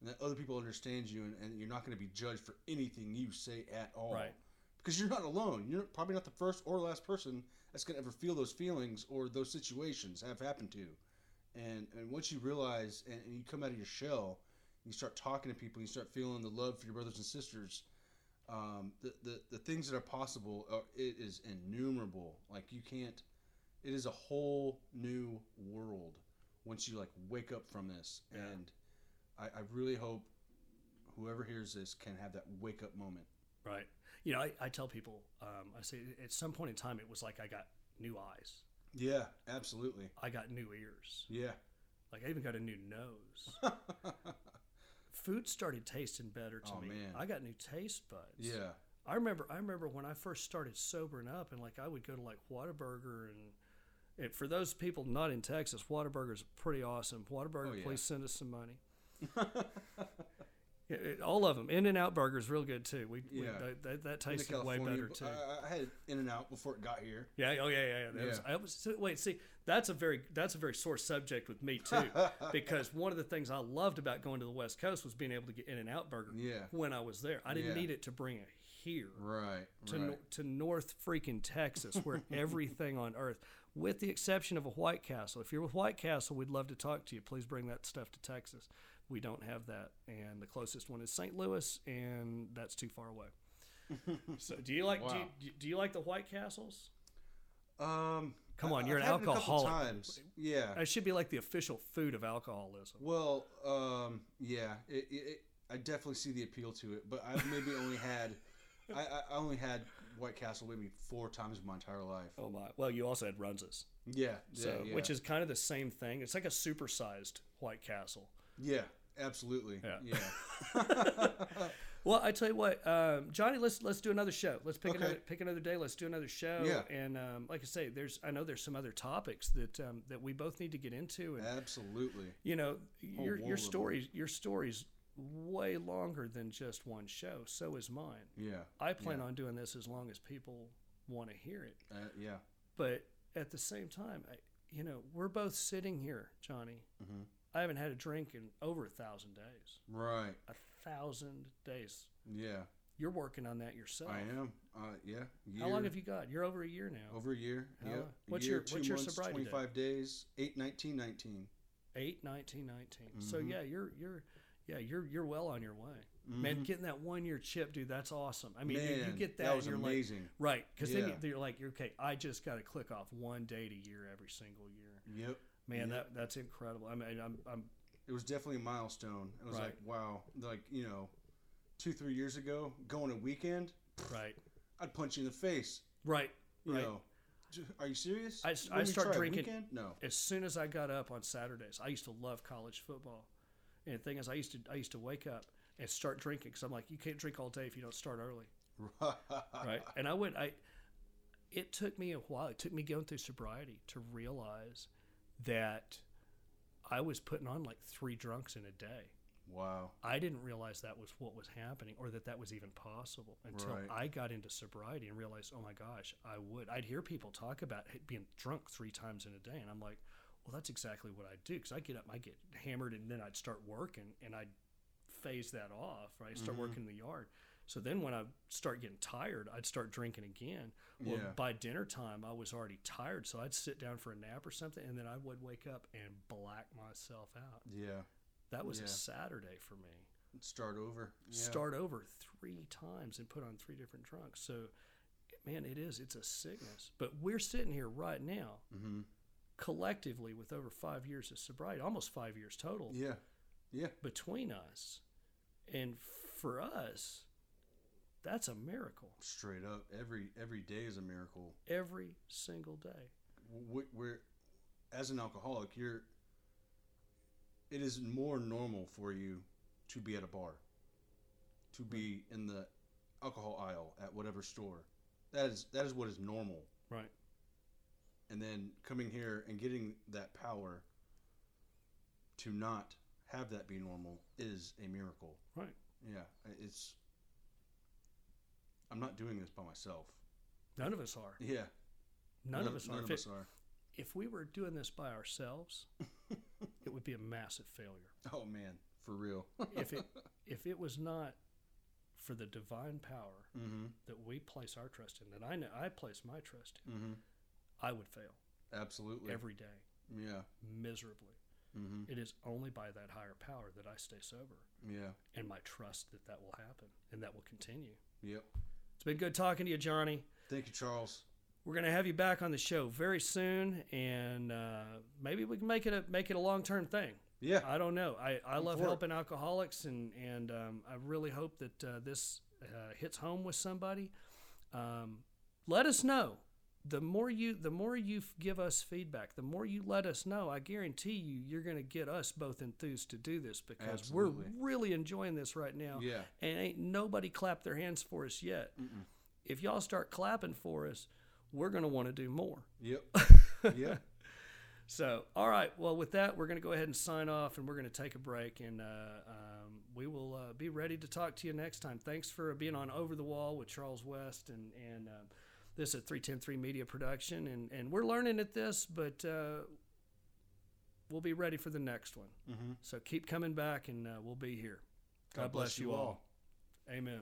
Speaker 2: and that other people understand you, and, and you're not going to be judged for anything you say at all,
Speaker 1: Right.
Speaker 2: Because you're not alone. You're probably not the first or last person that's going to ever feel those feelings or those situations have happened to. And and once you realize and, and you come out of your shell, you start talking to people, you start feeling the love for your brothers and sisters um, the, the the things that are possible are, it is innumerable like you can't it is a whole new world once you like wake up from this
Speaker 1: Yeah.
Speaker 2: and I, I really hope whoever hears this can have that wake up moment
Speaker 1: Right. You know, I, I tell people, um, I say at some point in time, it was like I got new eyes,
Speaker 2: yeah absolutely
Speaker 1: I got new ears,
Speaker 2: yeah
Speaker 1: like I even got a new nose. Food started tasting better to
Speaker 2: Oh,
Speaker 1: me.
Speaker 2: man.
Speaker 1: I got new taste buds.
Speaker 2: yeah
Speaker 1: I remember. I remember when I first started sobering up, and like I would go to like Whataburger and. And for those people not in Texas, Whataburger's pretty awesome. Whataburger,
Speaker 2: Oh, yeah.
Speaker 1: please send us some money. Yeah, it- all of them. In and Out Burger's real good too. We, we
Speaker 2: Yeah.
Speaker 1: that- that, that
Speaker 2: Been to
Speaker 1: tasted way
Speaker 2: California, uh,
Speaker 1: better
Speaker 2: but
Speaker 1: too.
Speaker 2: I, I- I had in and out before it got here
Speaker 1: Yeah. Oh, yeah, yeah. yeah. That Was,
Speaker 2: Yeah.
Speaker 1: I was, so- wait, see, that's a very that's a very sore subject with me too, because one of the things I loved about going to the West Coast was being able to get In and Out Burger.
Speaker 2: Yeah.
Speaker 1: When I was there, I didn't
Speaker 2: Yeah.
Speaker 1: need it to bring it here
Speaker 2: right
Speaker 1: to no, to North freaking Texas, where everything on earth, with the exception of a White Castle. If you're with White Castle, we'd love to talk to you. Please bring that stuff to Texas. We don't have that, and the closest one is St. Louis, and that's too far away. so, do you like
Speaker 2: Wow.
Speaker 1: do, you, do you like the White Castles?
Speaker 2: um
Speaker 1: Come on,
Speaker 2: I-
Speaker 1: you're
Speaker 2: I've
Speaker 1: an
Speaker 2: had it a couple
Speaker 1: alcoholic.
Speaker 2: times. yeah
Speaker 1: That should be like the official food of alcoholism.
Speaker 2: Well, um, yeah, it, it, it, I definitely see the appeal to it, but I've maybe only had, I, I I only had White Castle maybe four times in my entire life.
Speaker 1: Oh my! Well, you also had Runzas,
Speaker 2: Yeah, yeah,
Speaker 1: so
Speaker 2: yeah.
Speaker 1: which is kind of the same thing. It's like a supersized White Castle.
Speaker 2: yeah, absolutely,
Speaker 1: Yeah.
Speaker 2: yeah,
Speaker 1: Well, I tell you what, um, Johnny, let's let's do another show. Let's pick
Speaker 2: Okay.
Speaker 1: another pick another day. Let's do another show.
Speaker 2: Yeah.
Speaker 1: And um, like I say, there's I know there's some other topics that um, that we both need to get into. And
Speaker 2: absolutely.
Speaker 1: you know, your
Speaker 2: world
Speaker 1: your
Speaker 2: of 'em.
Speaker 1: stories your stories way longer than just one show. So is mine.
Speaker 2: Yeah,
Speaker 1: I plan on doing this as long as people want to hear it.
Speaker 2: uh, yeah,
Speaker 1: But at the same time, I, you know, we're both sitting here, Johnny. I haven't had a drink in over a thousand days.
Speaker 2: Mm-hmm. right.
Speaker 1: A thousand days.
Speaker 2: Yeah,
Speaker 1: You're working on that yourself.
Speaker 2: I am. Uh, yeah. Year,
Speaker 1: How long have you got? You're over a year now.
Speaker 2: Over a year.
Speaker 1: How
Speaker 2: yeah.
Speaker 1: long? What's
Speaker 2: year,
Speaker 1: your-
Speaker 2: two
Speaker 1: what's your
Speaker 2: months,
Speaker 1: sobriety date?
Speaker 2: Twenty-five days. Eight, nineteen, nineteen.
Speaker 1: Eight, nineteen, nineteen. So
Speaker 2: Mm-hmm.
Speaker 1: yeah, you're you're yeah, you're you're well on your way. Man, getting that one year chip, dude, that's awesome. I mean, you- you,
Speaker 2: Mm-hmm. Man,
Speaker 1: get that,
Speaker 2: that was
Speaker 1: and you're
Speaker 2: amazing.
Speaker 1: like right, because then
Speaker 2: Yeah.
Speaker 1: you- you're like, you're, okay, I just got to click off one date a year every single year.
Speaker 2: Yep.
Speaker 1: Man, that that's incredible. I mean, I'm, I'm
Speaker 2: it was definitely a milestone. It was
Speaker 1: Right.
Speaker 2: like, wow, like you know, two three years ago, going a weekend,
Speaker 1: right,
Speaker 2: I'd punch you in the face.
Speaker 1: right,
Speaker 2: You
Speaker 1: right.
Speaker 2: know, J- are you serious?
Speaker 1: I-
Speaker 2: You
Speaker 1: I
Speaker 2: want me to
Speaker 1: start
Speaker 2: try a
Speaker 1: drinking-
Speaker 2: Weekend? No,
Speaker 1: as soon as I got up on Saturdays, I used to love college football. And the thing is, I used to I used to wake up and start drinking because I'm like, you can't drink all day if you don't start early, right? and I went. I it took me a while. It took me going through sobriety to realize that I was putting on like three drunks in a day.
Speaker 2: wow,
Speaker 1: I didn't realize that was what was happening or that that was even possible until
Speaker 2: Right.
Speaker 1: I got into sobriety and realized, oh my gosh, I would. I'd hear people talk about it being drunk three times in a day. And I'm like, well, that's exactly what I do. Because I get up, I get
Speaker 2: Mm-hmm.
Speaker 1: hammered, and then I'd start working and I'd phase that off, right? Start working in the yard. So then when I start getting tired, I'd start drinking again. Well,
Speaker 2: Yeah.
Speaker 1: by dinner time, I was already tired, so I'd sit down for a nap or something, and then I would wake up and black myself out.
Speaker 2: Yeah.
Speaker 1: That was
Speaker 2: Yeah.
Speaker 1: a Saturday for me
Speaker 2: Start over. Yeah.
Speaker 1: start over three times and put on three different trunks. So, man, it is. It's a sickness. But we're sitting here right now,
Speaker 2: Mm-hmm.
Speaker 1: collectively, with over five years of sobriety, almost five years total
Speaker 2: Yeah. Yeah.
Speaker 1: between us. And for us, that's a miracle
Speaker 2: Straight up. Every every day is a miracle.
Speaker 1: every single day.
Speaker 2: we- we're as an alcoholic you're it is more normal for you to be at a bar to be in the alcohol aisle at whatever store that is that is what is normal
Speaker 1: Right.
Speaker 2: and then coming here and getting that power to not have that be normal is a miracle
Speaker 1: Right.
Speaker 2: yeah I- it's i'm not doing this by myself
Speaker 1: None of us are.
Speaker 2: yeah
Speaker 1: None of us are.
Speaker 2: none
Speaker 1: If,
Speaker 2: of us are
Speaker 1: if we were doing this by ourselves, it would be a massive failure.
Speaker 2: oh man for real
Speaker 1: If it if it was not for the divine power
Speaker 2: mm-hmm
Speaker 1: that we place our trust in, that I know I place my trust
Speaker 2: mm-hmm
Speaker 1: in, I would fail
Speaker 2: Absolutely.
Speaker 1: every day,
Speaker 2: yeah.
Speaker 1: miserably.
Speaker 2: Mm-hmm.
Speaker 1: It is only by that higher power that I stay sober
Speaker 2: Yeah.
Speaker 1: and my trust that that will happen and that will continue.
Speaker 2: Yep.
Speaker 1: It's been good talking to you, Johnny.
Speaker 2: Thank you, Charles.
Speaker 1: We're gonna have you back on the show very soon, and uh, maybe we can make it a make it a long term thing.
Speaker 2: Yeah.
Speaker 1: I don't know. I, I love
Speaker 2: for it.
Speaker 1: helping alcoholics, and and um, I really hope that uh, this uh, hits home with somebody. Um, let us know. The more you the more you f- give us feedback, the more you let us know. I guarantee you, you're going to get us both enthused to do this because
Speaker 2: Absolutely.
Speaker 1: we're really enjoying this right now.
Speaker 2: Yeah.
Speaker 1: and ain't nobody clapped their hands for us yet. If y'all start clapping for us, we're going to want to do more.
Speaker 2: Yep. yep.
Speaker 1: So, all right. Well, with that, we're going to go ahead and sign off, and we're going to take a break, and uh, um, we will uh, be ready to talk to you next time. Thanks for being on Over the Wall with Charles West, and and um this is three ten three Media Production, and and we're learning at this, but uh, we'll be ready for the next one.
Speaker 2: Mm-hmm.
Speaker 1: So keep coming back, and uh, we'll be here. God bless you all. Amen.